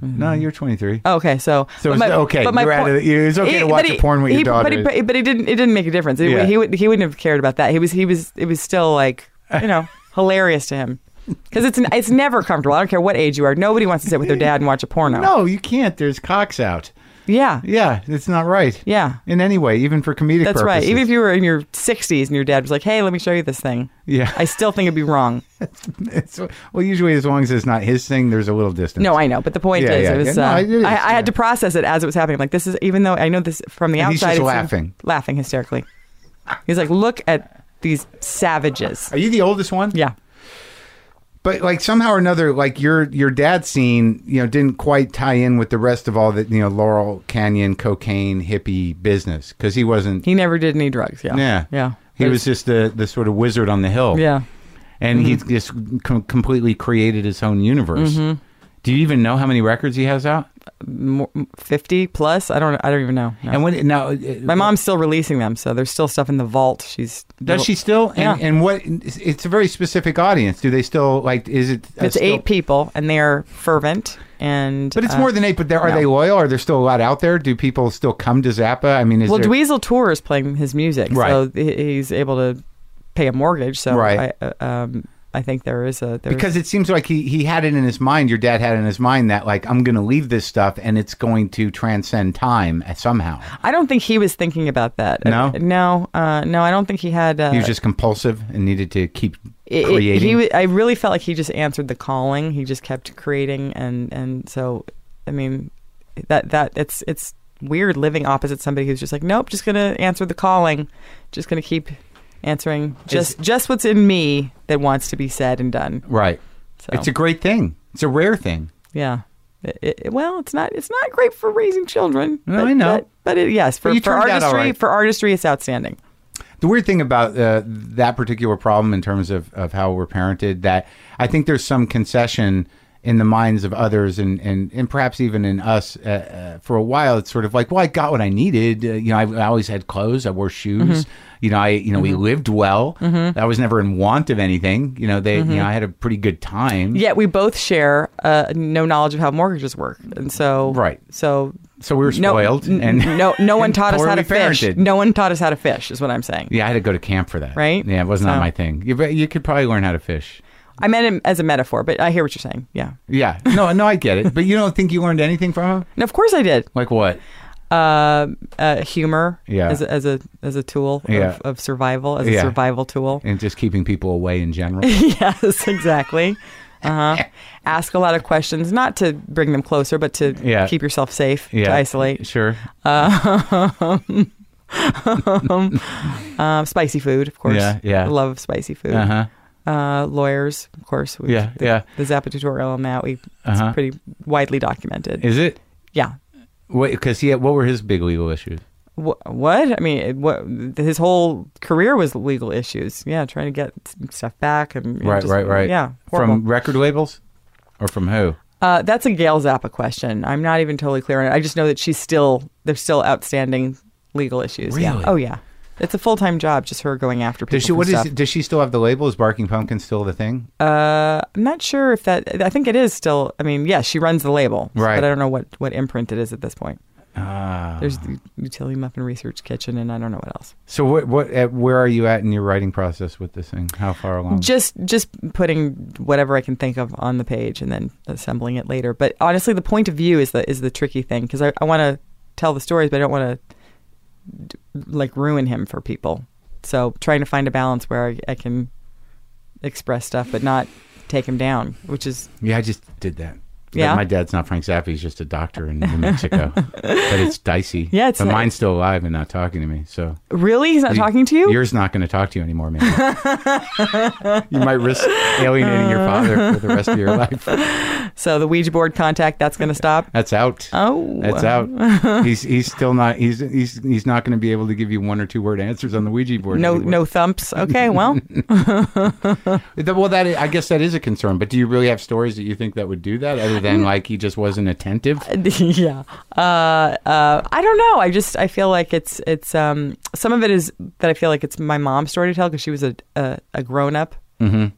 No, you're 23. Oh, okay, so So but it's okay. You're point- at it. It's okay to but watch he- a porn with your he- daughter. But he, but he- but he didn't. It didn't make a difference. It- Yeah. He would. He wouldn't have cared about that. He was. He was. It was still like you know hilarious to him because it's n- it's never comfortable. I don't care what age you are. Nobody wants to sit with their dad and watch a porno. No, you can't. There's cocks out. Yeah. Yeah, it's not right. Yeah. In any way, even for comedic That's purposes. right. Even if you were in your 60s and your dad was like, "Hey, let me show you this thing," Yeah. I still think it'd be wrong. It's, well, usually as long as it's not his thing, there's a little distance. No, I know, but the point Yeah, is, yeah, it was. yeah. No, uh, it is, I, I yeah. had to process it as it was happening. I'm Like this is, even though I know this from the And he's just outside, it seemed- laughing. laughing hysterically. He's like, "Look at these savages." Are you the oldest one? Yeah, But like somehow or another, like your your dad scene, you know, didn't quite tie in with the rest of all that you know Laurel Canyon cocaine hippie business because he wasn't. he never did any drugs. Yeah, yeah, yeah. He was just the the sort of wizard on the hill. Yeah, and he Mm-hmm. just com- completely created his own universe. Do you even know how many records he has out? More, fifty plus. I don't. I don't even know. No. And when now, uh, My mom's still releasing them, so there's still stuff in the vault. She's Does she still? And, Yeah. and what? It's a very specific audience. Do they still like? Is it? uh, It's still- eight people, and they are fervent. And But it's uh, more than eight. But there, are no. they loyal? Are there still a lot out there? Do people still come to Zappa? I mean, is Well, there, Dweezil Tour is playing his music, so Right. he- he's able to pay a mortgage. So Right. I, uh, um, I think there is a there is- because it seems like he he had it in his mind. Your dad had it in his mind that like I'm going to leave this stuff and it's going to transcend time uh, somehow. I don't think he was thinking about that. No? Uh, no, uh, no. I don't think he had. Uh, He was just compulsive and needed to keep it- it- creating. he wa- I really felt like he just answered the calling. He just kept creating, and and so, I mean, that that it's it's weird living opposite somebody who's just like, nope, just gonna answer the calling, just gonna keep answering just just what's in me that wants to be said and done. right. So It's a great thing. It's a rare thing. yeah. It- it- well, it's not it's not great for raising children. No, but, I know. but, but it, yes, for, But you for turned out all artistry, right. for artistry, it's outstanding. The weird thing about uh, that particular problem in terms of, of how we're parented, that I think there's some concession in the minds of others and, and, and perhaps even in us uh, uh, for a while. It's sort of like, well, I got what I needed. Uh, you know, I, I always had clothes. I wore shoes. Mm-hmm. You know, I, you know, we lived well. I was never in want of anything. You know, Mm-hmm. they, you know, I had a pretty good time. Yet we both share uh, no knowledge of how mortgages work, and so Right. So So we were no, spoiled. n- and no, no one taught us how to poorly fish. parented. No one taught us how to fish, is what I'm saying. Yeah, I had to go to camp for that. Right? Yeah, it was not So- my thing. You, but you could probably learn how to fish. I meant it as a metaphor, but I hear what you're saying. Yeah. Yeah. No, no, I get it. But you don't think you learned anything from him? And of course I did. Like what? Uh, uh, humor Yeah. as, a, as a as a tool Yeah. of, of survival, as a Yeah. survival tool. And just keeping people away in general. yes, exactly. Uh-huh. Ask a lot of questions, not to bring them closer, but to Yeah. keep yourself safe, to Yeah. isolate. Sure. Um, spicy food, of course. Yeah, yeah. I love spicy food. Uh huh. Uh, lawyers, of course. We, Yeah, the, yeah. The Zappa tutorial on that, we it's Uh-huh. pretty widely documented. Is it? yeah. Wait, because he had, what were his big legal issues? Wh- what? I mean, it- what? His whole career was legal issues. Yeah, trying to get s- stuff back and you know, right, just- right, right. Yeah, horrible. From record labels, or from who? Uh, that's a Gail Zappa question. I'm not even totally clear on it. I just know that she's still there's still outstanding legal issues. Yeah. Really? Oh yeah. It's a full time job, just her going after people. Does she? for What is? stuff. Does she still have the label? Is Barking Pumpkin still the thing? Uh, I'm not sure if that. I think it is still. I mean, yeah, she runs the label, Right. But I don't know what what imprint it is at this point. Ah. There's the Utility Muffin Research Kitchen, and I don't know what else. so what? What? At, where are you at in your writing process with this thing? How far along? just just putting whatever I can think of on the page and then assembling it later. But honestly, the point of view is the is the tricky thing because I, I want to tell the stories, but I don't want to like ruin him for people. So trying to find a balance where I, I can express stuff but not take him down, which is yeah, I just did that. Yeah? My dad's not Frank Zappa. He's just a doctor in New Mexico. but it's dicey. Yeah, it's But not- mine's still alive and not talking to me. So really he's not talking to you. Yours not going to talk to you anymore, man. you might risk alienating your Uh. father for the rest of your life. So the Ouija board contact that's going to stop. That's out. Oh, That's out. He's he's still not he's he's he's not going to be able to give you one or two word answers on the Ouija board. No, anymore. no thumps. Okay, well, Th- Well, that I guess that is a concern. But do you really have stories that you think that would do that, other Mm. than like he just wasn't attentive? yeah. Uh, uh, I don't know. I just I feel like it's it's um some of it is that I feel like it's my mom's story to tell because she was a a, a grown up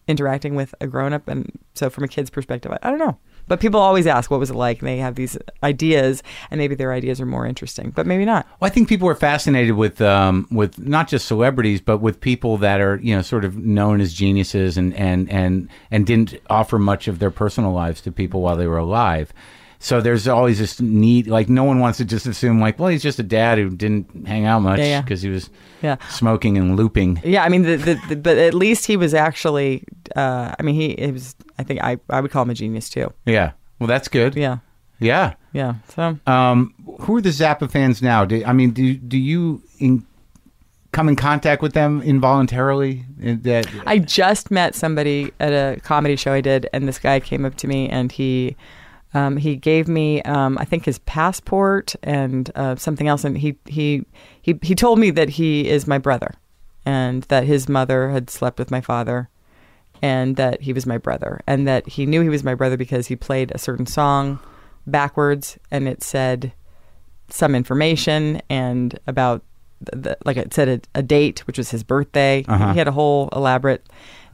interacting with a grown up, and so from a kid's perspective, I, I don't know. But people always ask what was it like, and they have these ideas, and maybe their ideas are more interesting, but maybe not. Well, I think people are fascinated with um, with not just celebrities, but with people that are you know sort of known as geniuses and and and and didn't offer much of their personal lives to people while they were alive. So there's always this need, like no one wants to just assume like, well, he's just a dad who didn't hang out much Yeah, yeah. because he was Yeah. smoking and looping. Yeah, I mean, the, the, the, but at least he was actually. Uh, I mean, he, he was. I think I I would call him a genius too. Yeah. Well, that's good. Yeah, Yeah. yeah. So Um, who are the Zappa fans now? Do, I mean, do do you in, come in contact with them involuntarily? In that I just met somebody at a comedy show I did, and this guy came up to me and he um, he gave me um, I think his passport and uh, something else, and he he he he told me that he is my brother, and that his mother had slept with my father, and that he was my brother, and that he knew he was my brother because he played a certain song backwards, and it said some information and about the, the, like it said a, a date which was his birthday Uh-huh. he had a whole elaborate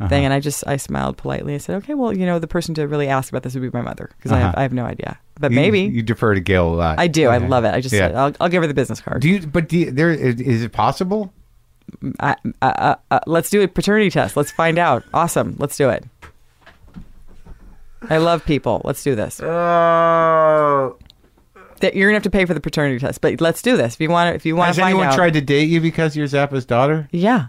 thing and i just i smiled politely i said okay well you know the person to really ask about this would be my mother because I, have, I have no idea but Uh-huh. You- maybe you, defer to Gail a lot. i do i love it i just uh, Yeah. I'll, I'll give her the business card Do you? But do you, there is, is it possible? I, I, uh uh let's do a paternity test let's find out awesome let's do it i love people let's do this Oh. That- you're gonna have to pay for the paternity test but let's do this if you want to if you want Has to find anyone out tried to date you because you're Zappa's daughter? yeah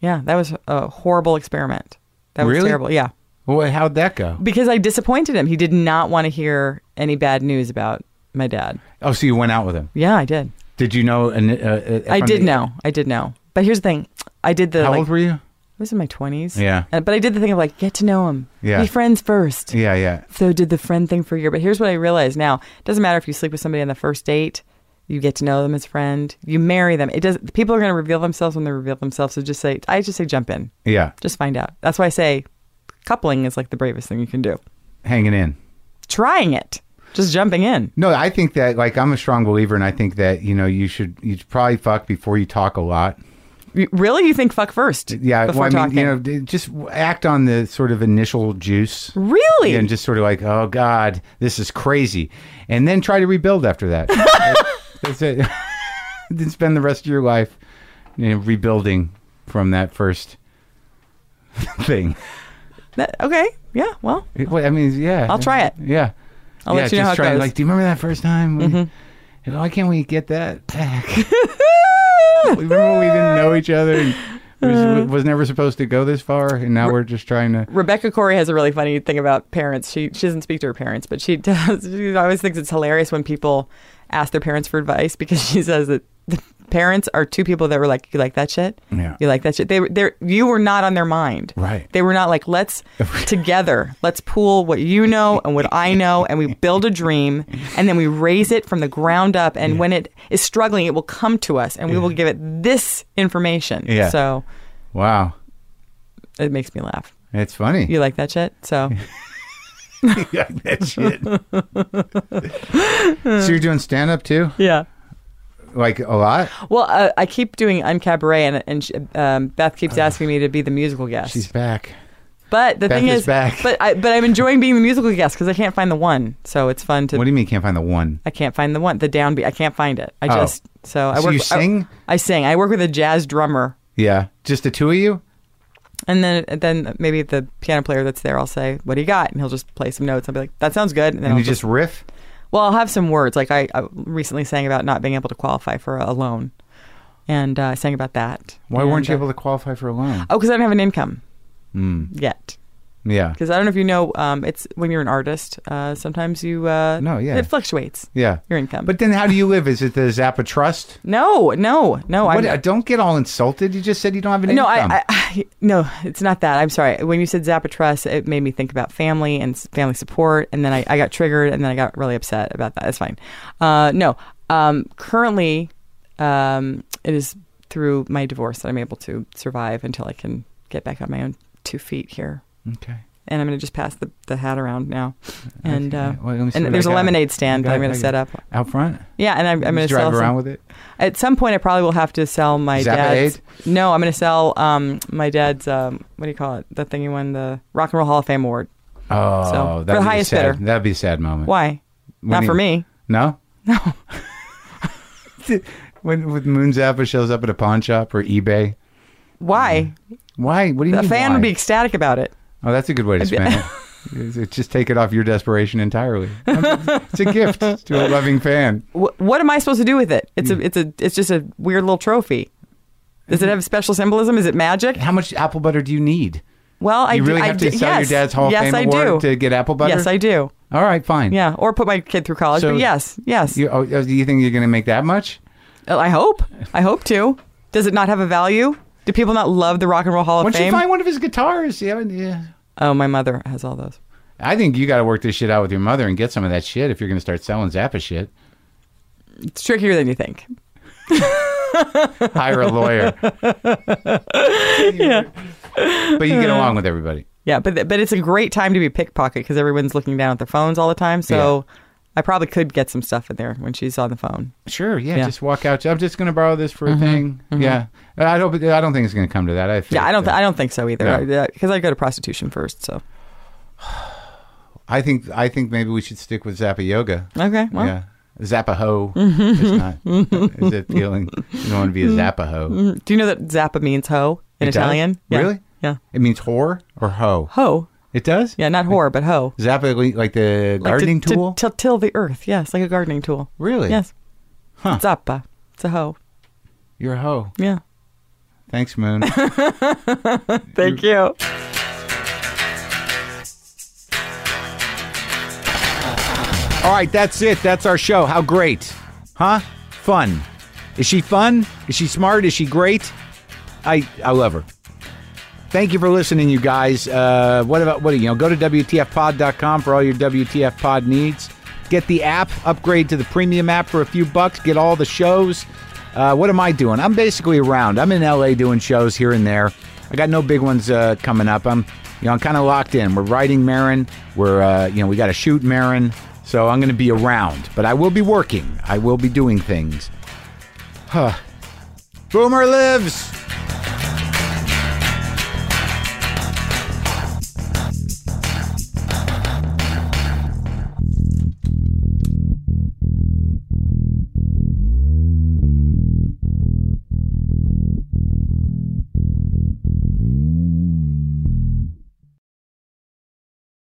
yeah that was a horrible experiment that was Really? terrible yeah Well, how'd that go? Because I disappointed him. He did not want to hear any bad news about my dad. Oh, so you went out with him? Yeah, I did. Did you know? an- Uh, uh, I from did the- know. I did know. But here's the thing. I did the How like old were you? I was in my twenties. Yeah. And, but I did the thing of like get to know him. Yeah. Be friends first. Yeah, yeah. So did the friend thing for a year. But here's what I realized now. It doesn't matter if you sleep with somebody on the first date, you get to know them as a friend, you marry them. It does not people are gonna reveal themselves when they reveal themselves. So just say I just say jump in. Yeah. Just find out. That's why I say coupling is like the bravest thing you can do. Hanging in. Trying it. Just jumping in. No, I think that like I'm a strong believer, and I think that you know you should you should probably fuck before you talk a lot. You- Really, you think fuck first? Yeah, well, before I mean, talking. you know, d- just act on the sort of initial juice. Really? And just sort of like, oh God, this is crazy, and then try to rebuild after that. That's it. then spend the rest of your life you know, rebuilding from that first thing. That, okay. Yeah. Well, It- well, I mean, yeah. I'll try it. Yeah. I'll yeah, let you know just how it try goes. Mm-hmm. Like, do you remember that first time? We, you know, Why can't we get that back? remember when we didn't know each other and Uh. was, was never supposed to go this far, and now we're just trying to. Rebecca Corey has a really funny thing about parents. She she doesn't speak to her parents, but she does. She always thinks it's hilarious when people ask their parents for advice because she says that the parents are two people that were like, "You like that shit? Yeah. You like that shit?" They were- they you were not on their mind, Right. They were not like, "Let's together, let's pool what you know and what I know, and we build a dream, and then we raise it from the ground up. And when it is struggling, it will come to us, and we will give it this information." Yeah. So Wow, it makes me laugh. it's funny. You like that shit? So. that shit. so you're doing stand up too, Yeah. like a lot. Well, uh, I keep doing Uncabaret, and, and sh- um, Beth keeps asking me to be the musical guest. Uh, She's back. but the Beth thing is is, back. but I, but I'm enjoying being the musical guest because I can't find the one, so it's fun to. What do you mean? you Can't find the one? I can't find the one, the downbeat. I can't find it. I Oh. just so I So work. you sing? I, I sing. I work with a jazz drummer, Yeah, just the two of you. and then and then maybe the piano player that's there. I'll say, "What do you got?" And he'll just play some notes. I'll be like, "That sounds good." And then And I'll you just riff. Well, I'll have some words. Like I, I recently sang about not being able to qualify for a loan, and uh, I sang about that. Why weren't you And, uh, able to qualify for a loan? Oh, because I don't have an income Hmm. yet. Yeah, Because I don't know if you know, um, it's when you're an artist, uh, sometimes you. Uh, No, yeah. It fluctuates. yeah. Your income. But then, how do you live? Is it the Zappa Trust? No, no, no. What, uh, I'm, don't get all insulted. You just said you don't have an no, income. I, I, I, no, it's not that. I'm sorry. When you said Zapatrust, it made me think about family and s- family support, and then I, I got triggered, and then I got really upset about that. That's fine. Uh, no, um, currently, um, it is through my divorce that I'm able to survive until I can get back on my own two feet here. okay. and I'm going to just pass the, the hat around now. And uh, Okay. Well, let me see what I and there's a got. lemonade stand that Got- I'm going I to got- set up. out front. Yeah, and I'm, I'm going to Just drive sell. around Some, with it. at some point, I probably will have to sell my Zappa dad's. Aid? No, I'm going to sell um, my dad's. Um, what do you call it? The thing he won the Rock and Roll Hall of Fame award. Oh, So, for that'd be highest sad. bidder. That'd be a sad moment. Why? When Not he- for me. No. No. when when Moon Zappa shows up at a pawn shop or eBay, Why? why? What do you A mean? fan why? would be ecstatic about it. Oh, that's a good way to spend it. Is it. Just take it off your desperation entirely. It's a gift to a loving fan. Wh- what am I supposed to do with it? It's a. It's a. It's just a weird little trophy. Does it have special symbolism? Is it magic? How much apple butter do you need? Well, I you do- really I have to do- sell yes. your dad's Hall of yes, Fame I award do. to get apple butter. Yes, I do. All right, fine. Yeah, or put my kid through college. So- but yes, yes. You, oh, do you think you're going to make that much? Uh, I hope. I hope to. Does it not have a value? Do people not love the Rock and Roll Hall of Once Fame? you find one of his guitars, yeah, yeah. oh, my mother has all those. I think you got to work this shit out with your mother and get some of that shit if you're going to start selling Zappa shit. It's trickier than you think. Hire a lawyer. yeah. Uh. But you get along with everybody. Yeah, but th- but it's a great time to be pickpocket because everyone's looking down at their phones all the time. So I probably could get some stuff in there when she's on the phone. Sure, yeah, Yeah. Just walk out. I'm just going to borrow this for a thing. Yeah. I don't. I don't think it's going to come to that. I think, Yeah, I don't. Th- I don't think so either. Yeah. Because I go to prostitution first. So I think. I think maybe we should stick with Zappa yoga. okay, well, yeah. Zappa ho. it's not. Is it feeling? You don't want to be a Zappa ho. Mm, do you know that Zappa means hoe in It does? Italian? Yeah. Really? Yeah. It means whore or hoe. Hoe. It does. Yeah, not whore, but hoe. Zappa like- like the Like to- gardening to- tool. to till the earth. Yes, like a gardening tool. really? Yes. Huh. Zappa. It's a hoe. You're a hoe. Yeah. Thanks, Moon. Thank you. All right, that's it. That's our show. How great. Huh? Fun. Is she fun? Is she smart? Is she great? I I love her. Thank you for listening, you guys. Uh, what about what do you know? Go to WTFpod.com for all your WTF pod needs. Get the app, upgrade to the premium app for a few bucks, get all the shows. Uh, what am I doing? I'm basically around. I'm in LA doing shows here and there. I got no big ones uh, coming up. I'm you know, I'm kind of locked in. We're writing Marin. We're uh, you know, we got to shoot Marin. So I'm going to be around, but I will be working. I will be doing things. Huh. Boomer lives.